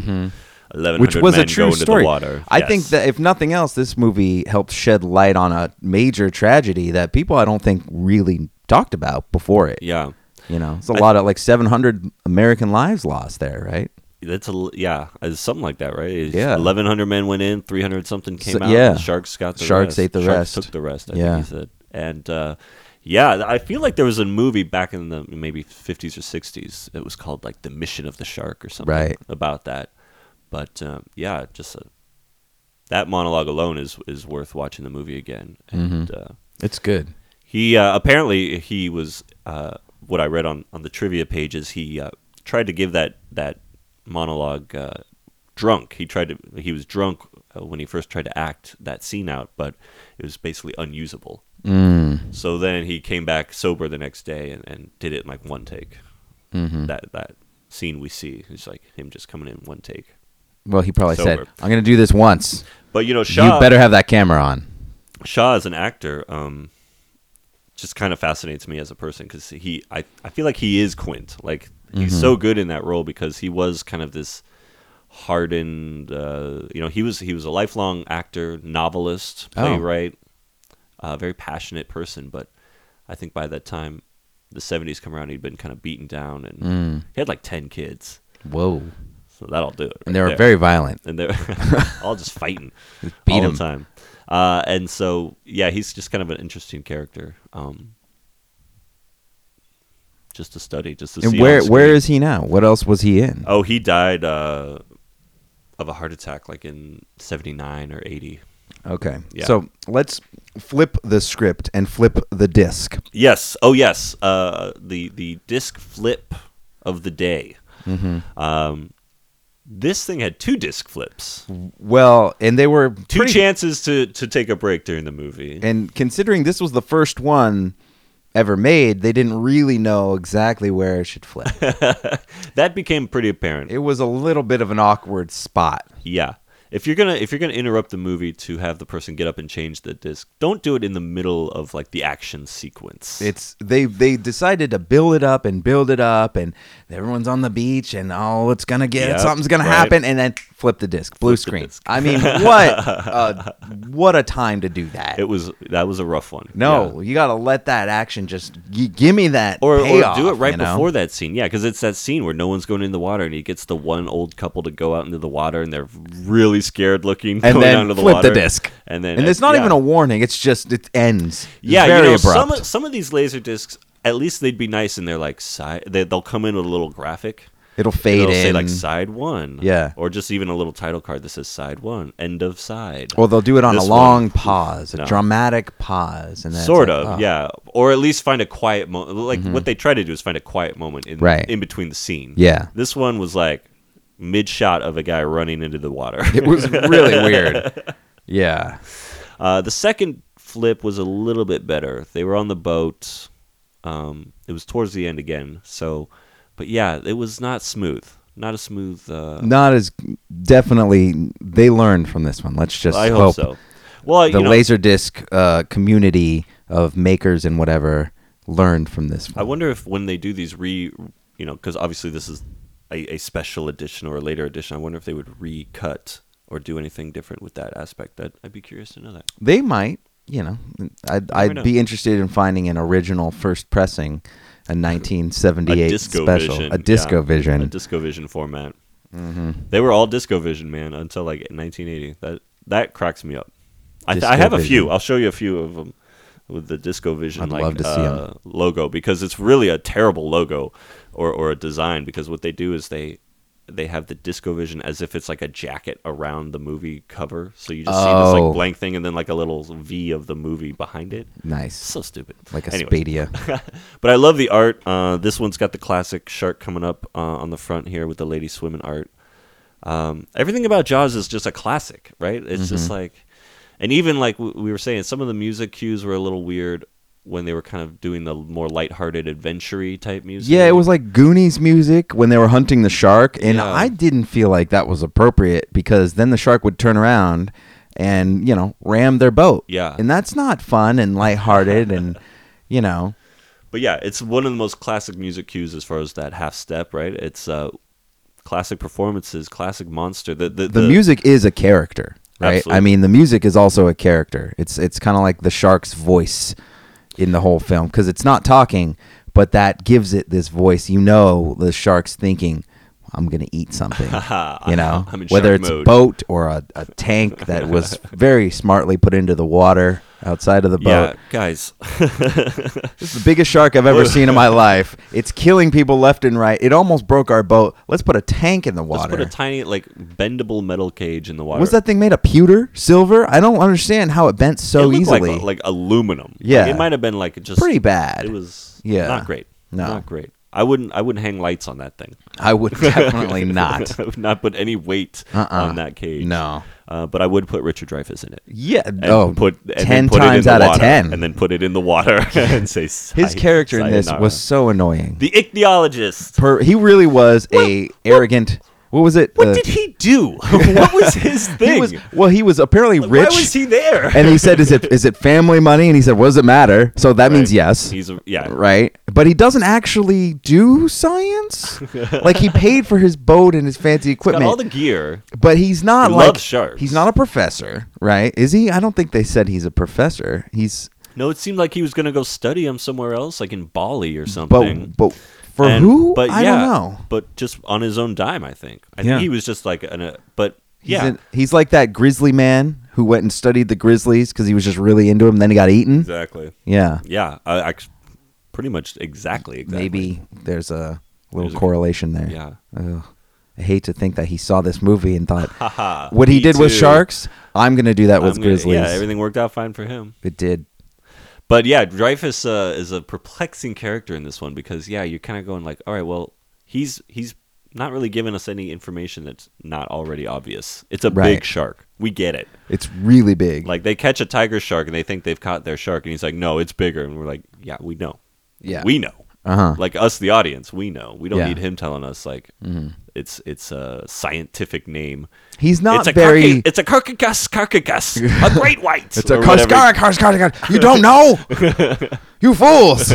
Mm-hmm. Which was a true story.
The water.
I
Yes.
think that if nothing else, this movie helped shed light on a major tragedy that people I don't think really talked about before it.
yeah,
You know, it's a lot of like 700 American lives lost there, right?
that's a l- yeah, it's something like that, right? It's
Yeah.
eleven hundred men went in, three hundred something came
So-
out.
yeah.
and the sharks got the
Sharks
rest.
ate the
Sharks
rest.
Took the rest. I
Yeah.
think he said, and uh, yeah, I feel like there was a movie back in the maybe fifties or sixties. It was called like the Mission of the Shark or something
Right.
about that. But um, yeah, just a, that monologue alone is is worth watching the movie again.
Mm-hmm.
And uh,
It's good.
He uh, apparently he was uh, what I read on, on the trivia pages. He uh, tried to give that that monologue uh, drunk. He tried to he was drunk uh, when he first tried to act that scene out, but it was basically unusable.
Mm.
So then he came back sober the next day and, and did it in like one take.
Mhm.
That that scene we see is like him just coming in one take.
Well, he probably said,
Sober.
I'm going to do this once.
But you know, Shaw
You better have that camera on.
Shaw as an actor um, just kind of fascinates me as a person because he I, I feel like he is Quint like he's so
Mm-hmm.
good in that role because he was kind of this hardened uh, you know he was he was a lifelong actor novelist
Oh.
playwright uh, very passionate person but I think by that time the 70s come around he'd been kind of beaten down and
Mm.
he had like 10 kids
Whoa.
so that'll do it right
And they were
there
very violent.
and they're
(laughs)
(laughs) all just fighting
beat
all
'em.
the time. Uh, and so, yeah, he's just kind of an interesting character, um, just to study, just to
And
see.
where
on
where
screen.
is he now? What else was he in?
Oh, he died uh, of a heart attack, like in '79 or '80.
Okay.
Oh, Yeah.
So let's flip the script and flip the disc.
Yes. Oh, yes. Uh, the the disc flip of the day.
Mm-hmm.
Um, this thing had two disc flips,
Well, and they were
two
pretty-
chances to to take a break during the movie.
And considering this was the first one ever made, they didn't really know exactly where it
(laughs)
should flip.
that became pretty apparent.
it was a little bit of an awkward spot.
Yeah. If you're gonna if you're gonna interrupt the movie to have the person get up and change the disc, don't do it in the middle of like the action sequence.
It's they they decided to build it up and build it up and everyone's on the beach and oh it's gonna get
Yep,
something's gonna
right.
happen and then flip the disc blue screen.
disc. (laughs)
I mean what a, what a time to do that.
it was that was a rough one. Yeah.
no, you gotta let that action just y- give me that
Or,
payoff,
or do it right
you know?
before that scene, yeah, because it's that scene where no one's going in the water, and he gets the one old couple to go out into the water, and they're really scared looking,
and
going
then
out into the
flip
water,
the disc
and then
and it's not
yeah.
even a warning. It's just it ends. It's
yeah,
very
you know,
abrupt.
some of- some of these laser discs, at least they'd be nice, and they're like side, they, they'll come in with a little graphic,
It'll fade
It'll
in,
say like side one.
Yeah.
Or just even a little title card that says side one, end of side.
or they'll do it on a
This
long
one,
pause, a
no.
dramatic pause, and then it's
sort
like,
of,
oh.
yeah. Or at least find a quiet moment. Like what they try to do is find a quiet moment in
Mm-hmm. Right.
in between the scene.
Yeah.
This one was like mid shot of a guy running into the water.
It was really weird. Yeah.
(laughs) Uh, the second flip was a little bit better. They were on the boat. Um, it was towards the end again. So, but yeah, it was not smooth. Not a smooth. Uh,
Not as definitely they learned from this one. Let's just
I hope, so. Well,
The
you know,
laser disc uh, community of makers and whatever learned from this
I
one.
wonder if when they do these re, you know, because obviously this is a, a special edition or a later edition. I wonder if they would recut or do anything different with that aspect. That I'd be curious to know that.
they might, you know, I'd,
never
I'd
know.
be interested in finding an original first pressing, a 1978
a disco
special,
vision,
a disco
yeah,
vision. Mm-hmm.
a disco vision format. They were all disco vision, man, until like 1980. That that cracks me up. I, th- I
Disco
have a few.
Vision.
I'll show you a few of them with the disco vision
I'd
like
love to see 'em.
uh, logo because it's really a terrible logo or or a design because what they do is they they have the disco vision as if it's like a jacket around the movie cover so you just see this
Oh.
like blank thing and then like a little v of the movie behind it
nice,
so stupid
like a
Anyways.
Spadia.
(laughs) But I love the art. Uh, this one's got the classic shark coming up uh, on the front here with the lady swimming art. Um, everything about Jaws is just a classic, right? It's
Mm-hmm.
just like, and even like w- we were saying, some of the music cues were a little weird when they were kind of doing the more lighthearted, adventure type music.
Yeah, it was like Goonies music when they were hunting the shark, and
Yeah.
I didn't feel like that was appropriate because then the shark would turn around and you know rammed their boat.
Yeah.
and that's not fun and lighthearted and you know
But yeah, it's one of the most classic music cues as far as that half step, right? It's uh, classic performances, classic monster. The the,
the, music is a character, right? I
Absolutely.
mean, the music is also a character. It's it's kind of like the shark's voice in the whole film because it's not talking, but that gives it this voice. You know, the shark's thinking, "I'm gonna eat
(laughs)
something." you know,
I'm in
whether
shark
it's a
mode.
boat or a, a tank
(laughs)
that was very smartly put into the water outside of the boat.
yeah, guys. (laughs)
This is the biggest shark I've ever seen in my life. It's killing people left and right. It almost broke our boat. Let's put a tank in the
Let's
water.
put a tiny like bendable metal cage in the water.
Was that thing made of pewter, silver? I don't understand how it bent
It
so
looked
easily.
Like, like aluminum. Like,
Yeah.
it might have been like just
Pretty bad.
It was
Yeah.
not great.
No.
not great. I wouldn't. I wouldn't hang lights on that thing. (laughs)
I would definitely not.
I would not put any weight
Uh-uh.
on that cage.
No.
Uh, but I would put Richard Dreyfuss in it.
Yeah.
And
Oh,
put and then
ten
put it in
times
the
out of
water,
ten.
and then put it in the water (laughs) and say
His
"Say-
character in this
sayonara."
was so annoying.
the ichthyologist.
Per- he really was a arrogant. What was it?
What
Uh,
did he do? (laughs) what was his thing?
(laughs) He was, well, he was apparently
Why
rich.
was he there?
and he said, "Is it is it family money?" And he said, "What does it matter?" So that means
Right.
yes.
He's a, yeah.
right? But he doesn't actually
(laughs)
do science. like he paid for his boat and his fancy
Got
equipment.
all the gear.
but he's not
He
like
loves sharks.
he's not a professor, right? Is he? I don't think they said he's a professor. He's
No, it seemed like he was going to go study him somewhere else, like in Bali or
but
something.
but for
And-
who?
But
I
yeah,
don't know.
But just on his own dime, I think. I
Yeah.
think he was just like an. Uh, but
He's
yeah,
in- he's like that grizzly man who went and studied the grizzlies because he was just really into them. Then he got eaten.
exactly.
Yeah,
Yeah, I, I pretty much exactly. Exactly.
maybe there's a little
There's a-
correlation there.
Yeah.
Ugh. I hate to think that he saw this movie and
(laughs)
thought,
Haha,
what he
me
did with
too.
sharks, I'm going to do that
I'm
with
gonna-
grizzlies.
Yeah, everything worked out fine for him.
It did.
But yeah, Dreyfus uh, is a perplexing character in this one because yeah, you're kind of going like, all right, well, he's he's not really giving us any information that's not already obvious. It's a
Right.
big shark. We get it.
It's really big.
Like they catch a tiger shark and they think they've caught their shark, and he's like, "No, it's bigger." And we're like, "Yeah, we know.
yeah.
We know.
uh huh.
Like us, the audience, we know. We don't
Yeah. Mm-hmm.
need him telling us like it's it's a scientific name.
He's not
it's a
very.
carca- it's a carcacus carcacus,
(laughs)
a great white.
It's a
or
curse
whatever.
card, curse card, curse card. You
(laughs)
don't know, you fools.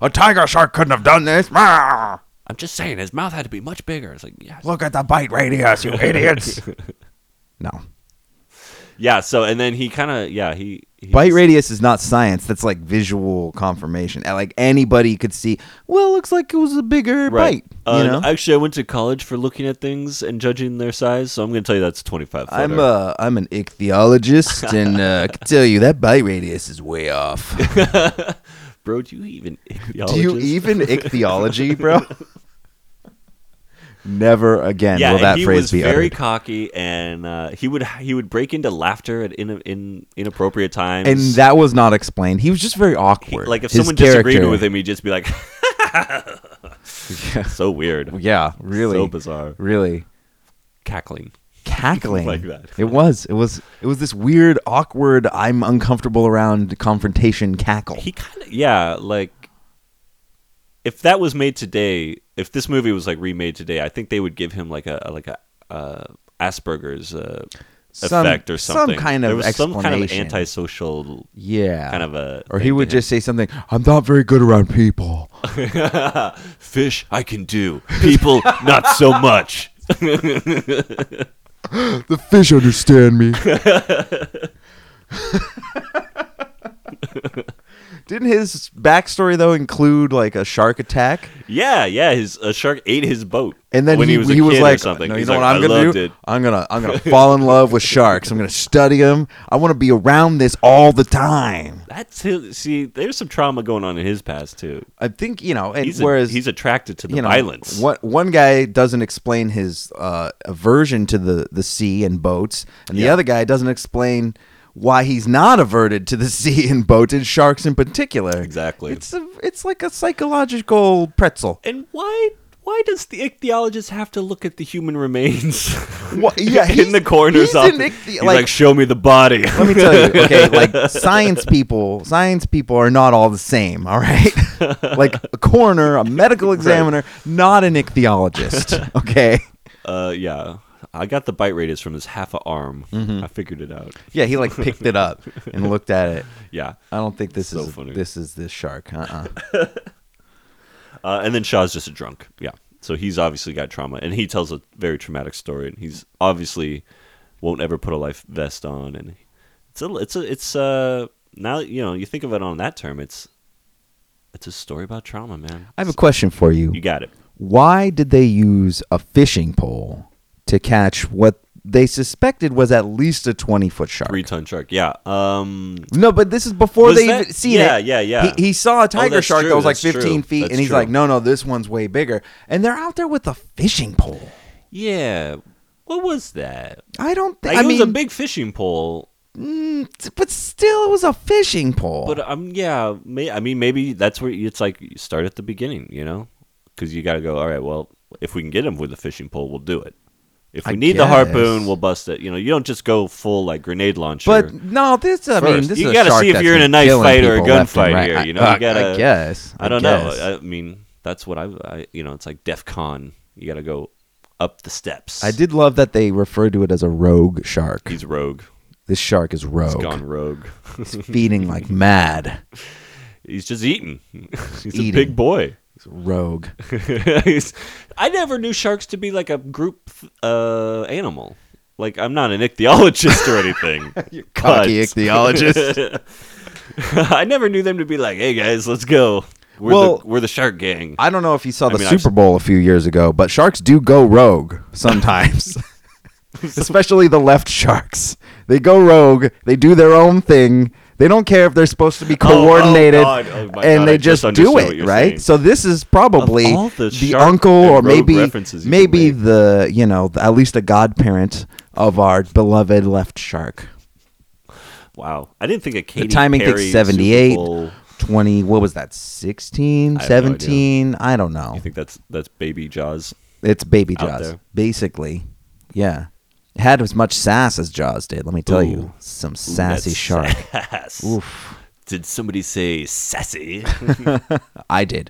A tiger shark couldn't have done this. Rah!
I'm just saying, his mouth had to be much bigger. It's like yeah,
Look at the bite
(laughs)
radius, you idiots. No,
yeah. So and then he kind of yeah he, he
bite
just-
radius is not science. That's like visual confirmation. Uh, Like anybody could see. Well, it looks like it was a bigger
Right.
bite.
Uh,
you know,
Actually, I went to college for looking at things and judging their size, so I'm going to tell you that's 25 footer.
I'm uh, I'm an
(laughs)
ichthyologist, and uh, I can tell you that bite radius is way off.
Bro, do you even
Do you even
(laughs)
ichthyology, bro? Never again
yeah,
will that
he
phrase
was
be
very
uttered.
cocky, and uh, he would he would break into laughter at in, in inappropriate times.
and that was not explained. He was just very
He-
awkward.
like if
His
someone
character-
disagreed with him, he'd just be like, (laughs)
(laughs)
"So weird,
yeah, really,
so bizarre, (laughs)
really
cackling."
cackling
Like that.
It was, it was, it was this weird, awkward. I'm uncomfortable around confrontation cackle.
He kind of yeah, like if that was made today, if this movie was like remade today, I think they would give him like a a- like a uh, Asperger's uh,
Some-
effect or
some
something.
kind
there
of
was some kind of
explanation.
antisocial
yeah,
kind of a
or
thing
he
to
would
him.
just say something. I'm not very good around people.
(laughs) Fish, I can do. People, not so much.
The fish
(laughs)
understand me. (laughs) Didn't his backstory though include like a shark attack?
Yeah, yeah. His a shark ate his boat,
And then
when
he,
he, was a
he
kid
was
or
like,
something.
"No, you
He's
know
like,
what I'm
I
gonna
loved
do?
It.
I'm gonna
(laughs)
I'm gonna fall in love with sharks. I'm gonna study them. I want to be around this all the time."
That's his, see. There's some trauma going on in his past too.
I think you know, and
He's
whereas
a, he's attracted to the
you know,
violence.
One, one guy doesn't explain his uh, aversion to the, the sea and boats, and the
Yeah.
other guy doesn't explain why he's not averted to the (laughs) sea and boats and sharks in particular.
Exactly.
It's a, it's like a psychological
(laughs)
pretzel.
And why why does the ichthyologist have to look at the human
(laughs)
remains? (laughs)
What- yeah, he's-
in the coroner's
he's an
office.
ichthy-
he's
like-
like, show me the body. (laughs)
Let me tell you, okay, like science people, science people are not all the same, all right? like a
(laughs)
coroner, a medical examiner, not an ichthyologist, okay?
uh, yeah. I got the bite radius from his half a arm.
Mm-hmm.
I figured it out.
Yeah, he like picked it up and looked at it.
Yeah.
I don't think this
So
is
funny.
this is this shark. Uh-uh.
Uh, and then Shaw's just a drunk. Yeah. So he's obviously got trauma, and he tells a very traumatic story, and he's obviously won't ever put a life vest on, and it's a it's a it's uh now you know you think of it on that term, it's it's a story about trauma, man.
I have a question for
You
you.
got it.
Why did they use a fishing pole to catch what they suspected was at least a twenty foot shark?
Three ton shark. Yeah. Um.
No, but this is before
Was
they
that-
even seen
yeah,
it.
yeah, yeah. Oh,
He, he saw a tiger
that's
shark
true,
that was like
that's true,
15 feet,
that's
and he's
true.
like, no, no, this one's way bigger. And they're out there with a fishing pole.
Yeah. What was that?
I don't think.
Like,
I
it
mean,
was a big fishing pole,
mm, but still, it was a fishing pole.
but um, yeah. May, I mean, maybe that's where it's like you start at the beginning, you know, because you got to go. All right, well, if we can get him with a fishing pole, we'll do it. If we
I
need the
guess.
harpoon, we'll bust it. You know, you don't just go full like grenade launcher.
But no, this. I mean,
First,
this
you
is
gotta
a shark
see if
that's
you're in a
been
knife
killing
fight or a
people
gun
left and
fight
right.
here,
I-
you know, you
I, I
gotta-
guess.
I don't
guess.
know. I, I mean, that's what I, I. You know, it's like DEF CON. You got to go up the steps.
I did love that they referred to it as a rogue shark.
He's rogue.
this shark is rogue.
He's gone rogue. (laughs)
He's feeding like mad.
He's just eating. (laughs) He's a
Eating.
big boy.
He's rogue.
He's- I never knew sharks to be like a group uh, animal. Like I'm not an ichthyologist or
(laughs)
anything. You're
Cocky ichthyologist.
(laughs) I never knew them to be like, "Hey guys, let's go. We're
Well-
the we're the shark gang."
I don't know if you saw the
mean, I've
Super Bowl a few years ago, but sharks do go rogue
(laughs)
sometimes. (laughs) Especially the left sharks. They go rogue, they do their own thing. They don't care if they're supposed to be
(laughs) Oh, oh
coordinated
God, oh my
and
God,
they
I just
just,
understood
do
what
it,
you're
right?
saying.
So this is probably
Of all the
the,
shark
uncle
and
or
rogue
maybe
references you can
maybe
make.
the, you know, the- at least a godparent of our beloved left shark.
wow, I didn't think a Katy
the timing
Perry
takes
Super
78
Bowl-
20 what was that 16
I have no idea.
17 I don't know.
You think that's that's baby Jaws?
It's baby
out
Jaws,
there.
basically. Yeah, it had as much sass as Jaws did. Let me tell
Ooh.
you, some
Ooh,
sassy
that's (laughs)
shark.
sass.
Oof,
Did somebody say sassy?
(laughs) I did.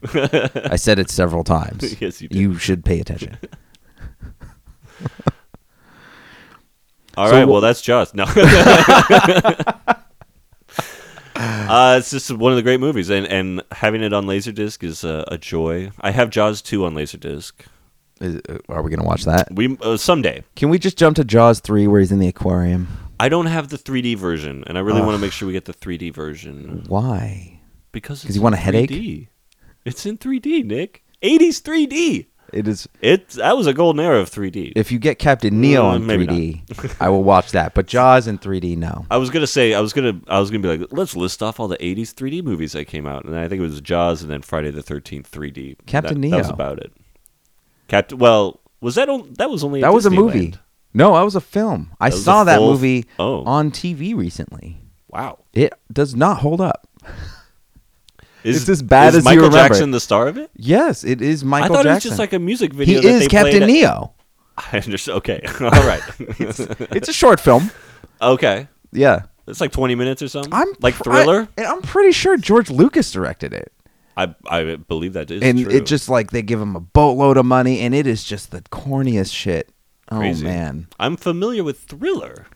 I said it several
(laughs)
times.
Yes, you did.
You should pay attention.
All right,
So wh-
Well, that's Jaws.
(laughs)
No. (laughs) uh, it's just one of the great movies, and, and having it on Laserdisc is a, a joy. I have Jaws two on Laserdisc.
Is- uh, Are we gonna watch that?
We uh, someday.
Can we just jump to Jaws three, where he's in the aquarium?
I don't have the 3D version, and I really
Ugh.
want to make sure we get the 3D version
Why?
because
'Cause you want a headache?
headache. It's in 3D, Nick. 80s 3D.
It is.
It that was a golden era of 3D.
If you get Captain Neo
Mm,
on
maybe
3D, I will watch that.
(laughs)
But Jaws in 3D, no.
I was gonna say I was gonna I was gonna be like let's list off all the '80s 3D movies that came out, and I think it was Jaws and then Friday the 13th 3D.
Captain
that, That was
Neo.
about it. Captain. Well, was that on, that was only at
That was a movie.
Disneyland.
No, that was a film. I
That was a
saw that
full-
movie
oh.
on TV recently.
Wow,
It does not hold up.
is
It's as bad
is
as you
Michael
remember
Jackson
it.
the star of it?
Yes, it is Michael
I thought
Jackson.
it was just like a music
he
video. that
is
they
Captain
played at-
Neo.
(laughs) I understand. Okay, (laughs) all right. (laughs)
It's a short film.
okay,
Yeah,
it's like 20 minutes or something.
I'm
like
pr-
Thriller.
I, and I'm pretty sure George Lucas directed it,
I I, believe that is
and
true.
it just like they give him a boatload of money, and it is just the corniest shit. Oh
Crazy.
man,
I'm familiar with Thriller.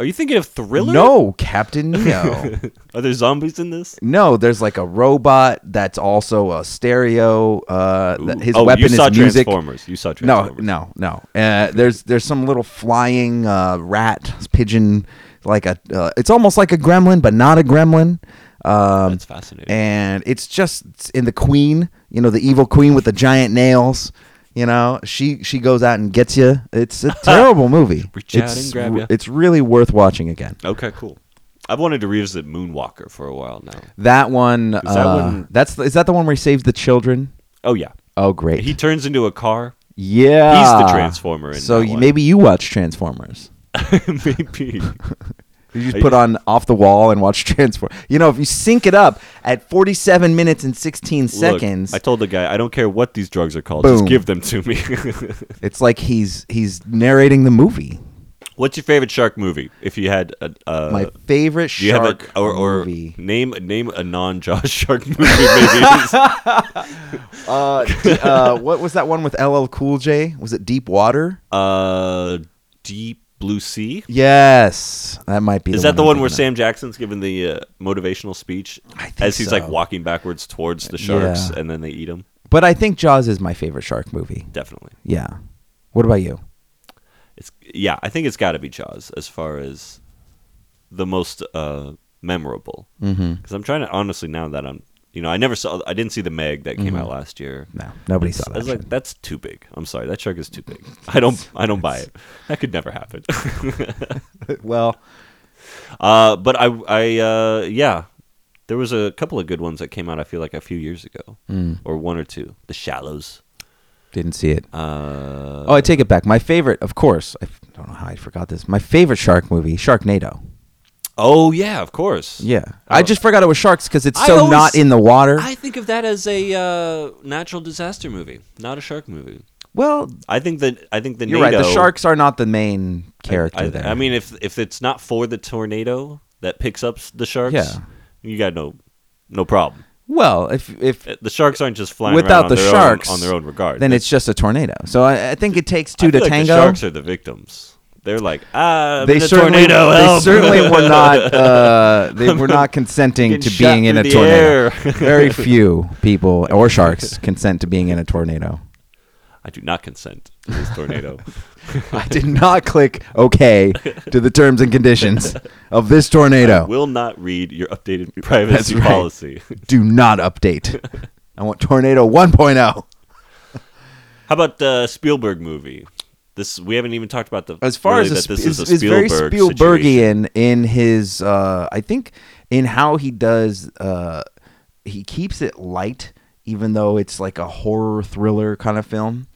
Are you thinking of Thriller?
no Captain
(laughs)
Neo.
Are there zombies in this?
No, there's like a robot that's also a stereo. Uh, that his
Ooh. oh,
weapon
you saw
is music.
Transformers. You saw
No,
Transformers.
no, no. Uh, there's there's some little flying uh, rat pigeon, like a. Uh, it's almost like a gremlin, but not a gremlin. Um,
That's fascinating.
And it's just it's in the queen, you know, the evil queen with the giant nails. You know, she she goes out and gets you. It's
(laughs)
a terrible movie.
Reach out
it's,
and grab
re-
ya.
It's really worth watching again.
Okay, cool. I've wanted to revisit Moonwalker for a while now.
That one.
that
uh,
one-
That's the, is that the one where he saves the children?
Oh yeah,
Oh, great.
he turns into a car. (laughs)
yeah.
Transformer in
so
that
you-
one.
maybe you watch Transformers. (laughs)
Maybe.
You just
Are
put
you-
on off the wall and watch (laughs) Transform. You know, if you sync it up at 47 minutes and 16 seconds,
Look, I told the guy I don't care what these drugs are called. Just
Boom.
give them to me. (laughs)
it's like he's he's narrating the movie.
What's your favorite shark movie? If you had a, uh,
My favorite
do you have
shark
a or, or
movie.
name name a non Jaws (laughs) shark movie?
(laughs)
Maybe
Uh, d- uh, what was that one with LL Cool J? Was it Deep Water?
uh, Deep Blue Sea.
Yes, that might be.
Is that the
I'm
one where
thinking
Sam Jackson's giving the uh, motivational speech
of. I think
as he's like
so.
walking backwards towards the sharks
Yeah.
and then they eat him?
But I think Jaws is my favorite shark movie.
Definitely.
Yeah. What about you?
It's yeah, I think it's got to be Jaws as far as the most uh, memorable.
Mm-hmm.
Because I'm trying to honestly now that I'm you know I never saw I didn't see the Meg that came out last year.
No, nobody
It's-
Mm-hmm. saw that.
I was like,
shit.
that's too big. I'm sorry, that shark is too big. I don't, I don't buy it. That could never happen. (laughs)
(laughs) well,
Uh, but I, I, uh, yeah, there was a couple of good ones that came out. I feel like a few years ago,
mm,
or one or two. The Shallows.
didn't see it.
Uh,
Oh, I take it back. My favorite, of course. I f- don't know how I forgot this. My favorite shark movie, Sharknado.
oh yeah, of course.
Yeah, I
Oh.
just forgot it was sharks because it's
I
so
always-
not in the water.
I think of that as a uh, natural disaster movie, not a shark movie.
well,
I think that I think the
you're
NATO,
right. The sharks are not the main character
I,
there.
I mean, if if it's not for the tornado that picks up s- the sharks,
Yeah.
you got no no problem. Uh,
well, if if
The sharks aren't just flying around
without
on
the
their own-
sharks
on their own regard.
then it's just a tornado. So I, I think it takes two
I feel
to
like
tango.
The sharks are the victims. They're like, ah, I'm
they
in a
certainly,
tornado,
they
help."
certainly were not. Uh, they were not
Getting
consenting to
shot
being in
through
a
the
tornado.
air. (laughs)
Very few people or sharks consent to being in a tornado.
(laughs) I do not consent to this
(laughs)
tornado.
I did not click OK to the terms and conditions of this tornado.
Will not read your
(laughs)
updated privacy
right.
policy.
Do not update. I want tornado oh. 1.0.
How about the Spielberg movie? This we haven't even talked about the
As far
really
as a
that
sp-
this
is,
is, a
is very
Spielberg situation.
Spielbergian in his, uh, I think, in how he does, uh, he keeps it light, even though it's like a horror thriller kind of film.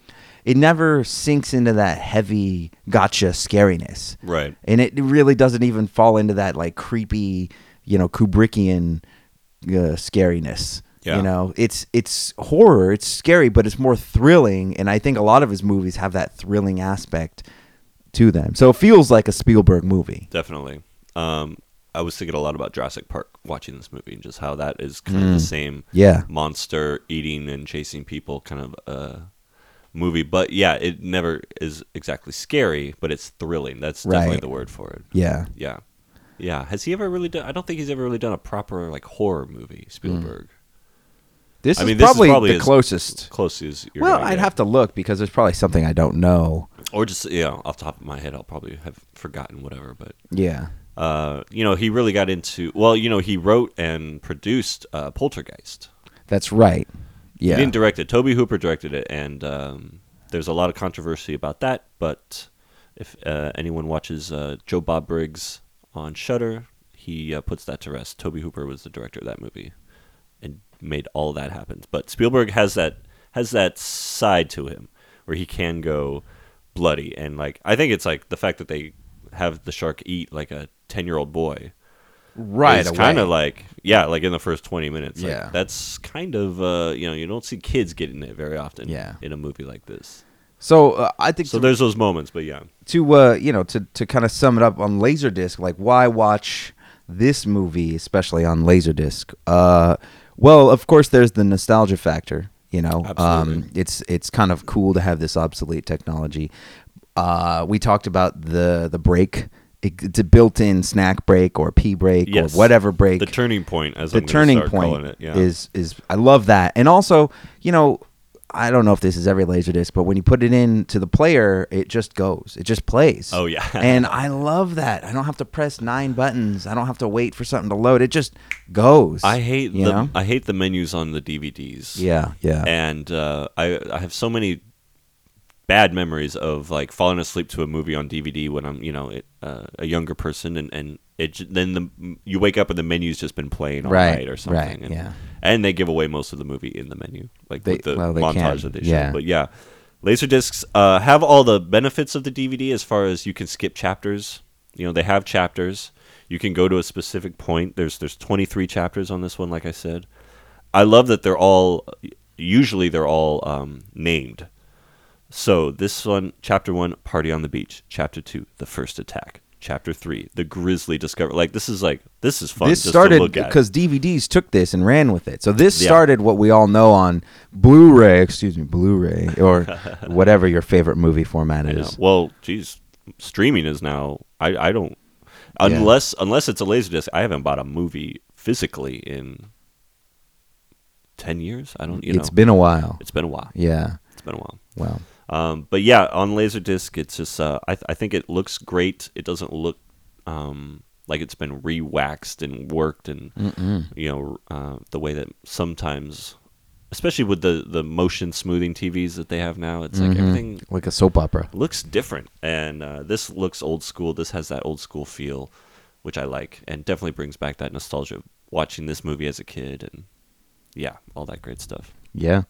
It never sinks into that heavy gotcha scariness.
right?
and it really doesn't even fall into that like creepy, you know, Kubrickian uh, scariness.
Yeah.
You know, it's it's horror, it's scary, but it's more thrilling, and I think a lot of his movies have that thrilling aspect to them. So it feels like a Spielberg movie.
Definitely. Um, I was thinking a lot about Jurassic Park watching this movie and just how that is kind
Mm.
of the same
Yeah.
monster eating and chasing people kind of uh, movie. But yeah, it never is exactly scary, but it's thrilling. That's definitely
Right.
the word for it.
Yeah.
Yeah. Yeah. Has he ever really done? I don't think he's ever really done a proper like horror movie,
Mm.
Spielberg.
This,
I
is,
mean, this is
probably
probably
the
his-
closest.
Close as you're
Well,
gonna
I'd
get.
have to look because there's probably something I don't know.
or just you know, off the top of my head, I'll probably have forgotten whatever. But
Yeah.
uh, you know, he really got into. Well, you know, he wrote and produced uh, Poltergeist.
That's right. Yeah.
He didn't direct it. Toby Hooper directed it, and um, there's a lot of controversy about that. But if uh, anyone watches uh, Joe Bob Briggs on Shudder, he uh, puts that to rest. Toby Hooper was the director of that movie and made all that happen. But Spielberg has that has that side to him where he can go bloody and like I think it's like the fact that they have the shark eat like a ten year old boy
right
it's
away.
kind of like yeah like in the first 20 minutes like,
Yeah.
that's kind of uh you know you don't see kids getting it very often
Yeah.
in a movie like this
so uh, I think
so
to
there's those moments but yeah
to uh, you know to to kind of sum it up on Laserdisc, like why watch this movie, especially on Laserdisc? Uh, well, of course, there's the nostalgia factor. You know, um,
Absolutely.
it's it's kind of cool to have this obsolete technology. Uh, we talked about the the break. It, it's a built-in snack break or pee break
Yes.
or whatever break
the turning point as
the
I'm gonna
turning
start calling
point
it yeah
is is I love that, and also you know I don't know if this is every laserdisc, but when you put it in to the player, it just goes, it just plays.
Oh, yeah. (laughs)
and I love that. I don't have to press nine buttons. I don't have to wait for something to load. It just goes.
i hate
you
the
know?
i hate the menus on the dvds
yeah, yeah,
and uh i i have so many bad memories of like falling asleep to a movie on dvd when i'm you know it, uh, a younger person and and it j- then the you wake up and the menu's just been playing all
Right,
night or something
right,
and
yeah.
and they give away most of the movie in the menu, like
They-
with the
well, they
montage that
can,
they show.
yeah.
But yeah, laser discs uh, have all the benefits of the DVD as far as you can skip chapters. You know, they have chapters. You can go to a specific point. There's there's 23 chapters on this one, like I said. I love that they're all usually they're all um, named. So this one, chapter one, party on the beach. Chapter two, the first attack. Chapter three, the grizzly discover. Like this is like this is fun.
this
just to
started
look at.
because DVDs took this and ran with it. So this
Yeah.
started what we all know on
(laughs)
Blu-ray, excuse me, Blu-ray or whatever your favorite movie format
I know.
is.
Well, geez, streaming is now. I, I don't unless unless it's a laserdisc. I haven't bought a movie physically in ten years. I don't. You know,
It's been a while.
it's been a while.
Yeah.
It's been a while.
Wow.
Um, but yeah, on Laserdisc, it's just uh, I, th- I think it looks great. It doesn't look um, like it's been re-waxed and worked, and
Mm-mm.
you know uh, the way that sometimes, especially with the the motion smoothing TVs that they have now, it's like
Mhm.
everything
Like a soap opera.
looks different. And uh, this looks old school. This has that old school feel, which I like, and definitely brings back that nostalgia of watching this movie as a kid, and yeah, all that great stuff.
Yeah.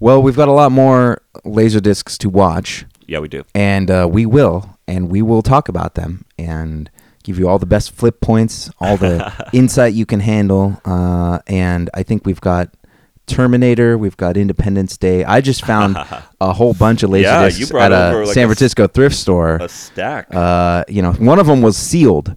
Well, we've got a lot more laser discs to watch,
Yeah, we do.
and uh, we will, and we will talk about them and give you all the best flip points,
(laughs)
all the insight you can handle. Uh, and I think we've got Terminator, we've got Independence Day. I
(laughs)
just found a whole bunch of laser
Yeah, you
discs
brought
at a
over, like,
San
a s-
Francisco thrift store.
A stack.
uh, you know, one of them was sealed.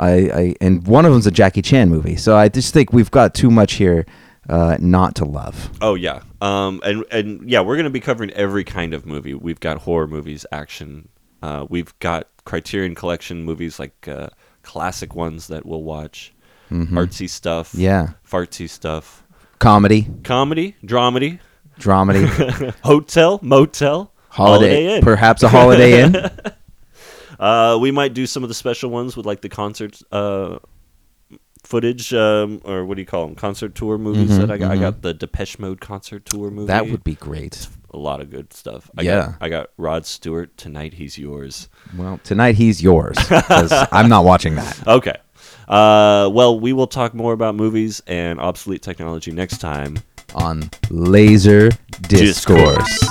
I, I and one of them's a Jackie Chan movie. So I just think we've got too much here uh, not to love.
Oh yeah, um, and and yeah, we're gonna be covering every kind of movie. We've got horror movies, action. Uh, we've got Criterion Collection movies like uh, classic ones that we'll watch, artsy stuff,
Yeah,
fartsy stuff,
comedy,
comedy, dramedy, (laughs)
dramedy,
hotel, motel,
holiday, perhaps a Holiday Inn.
uh, we might do some of the special ones with like the concert uh, footage, um, or what do you call them? Concert tour movies that I got. I got the Depeche Mode concert tour movie.
Mm-hmm, That would be great.
a lot of good stuff. I
Yeah.
got, I got Rod Stewart tonight. He's yours.
Well, tonight he's yours 'cause I'm not watching that.
Okay. Uh, well, we will talk more about movies and obsolete technology next time.
On Laser Discourse.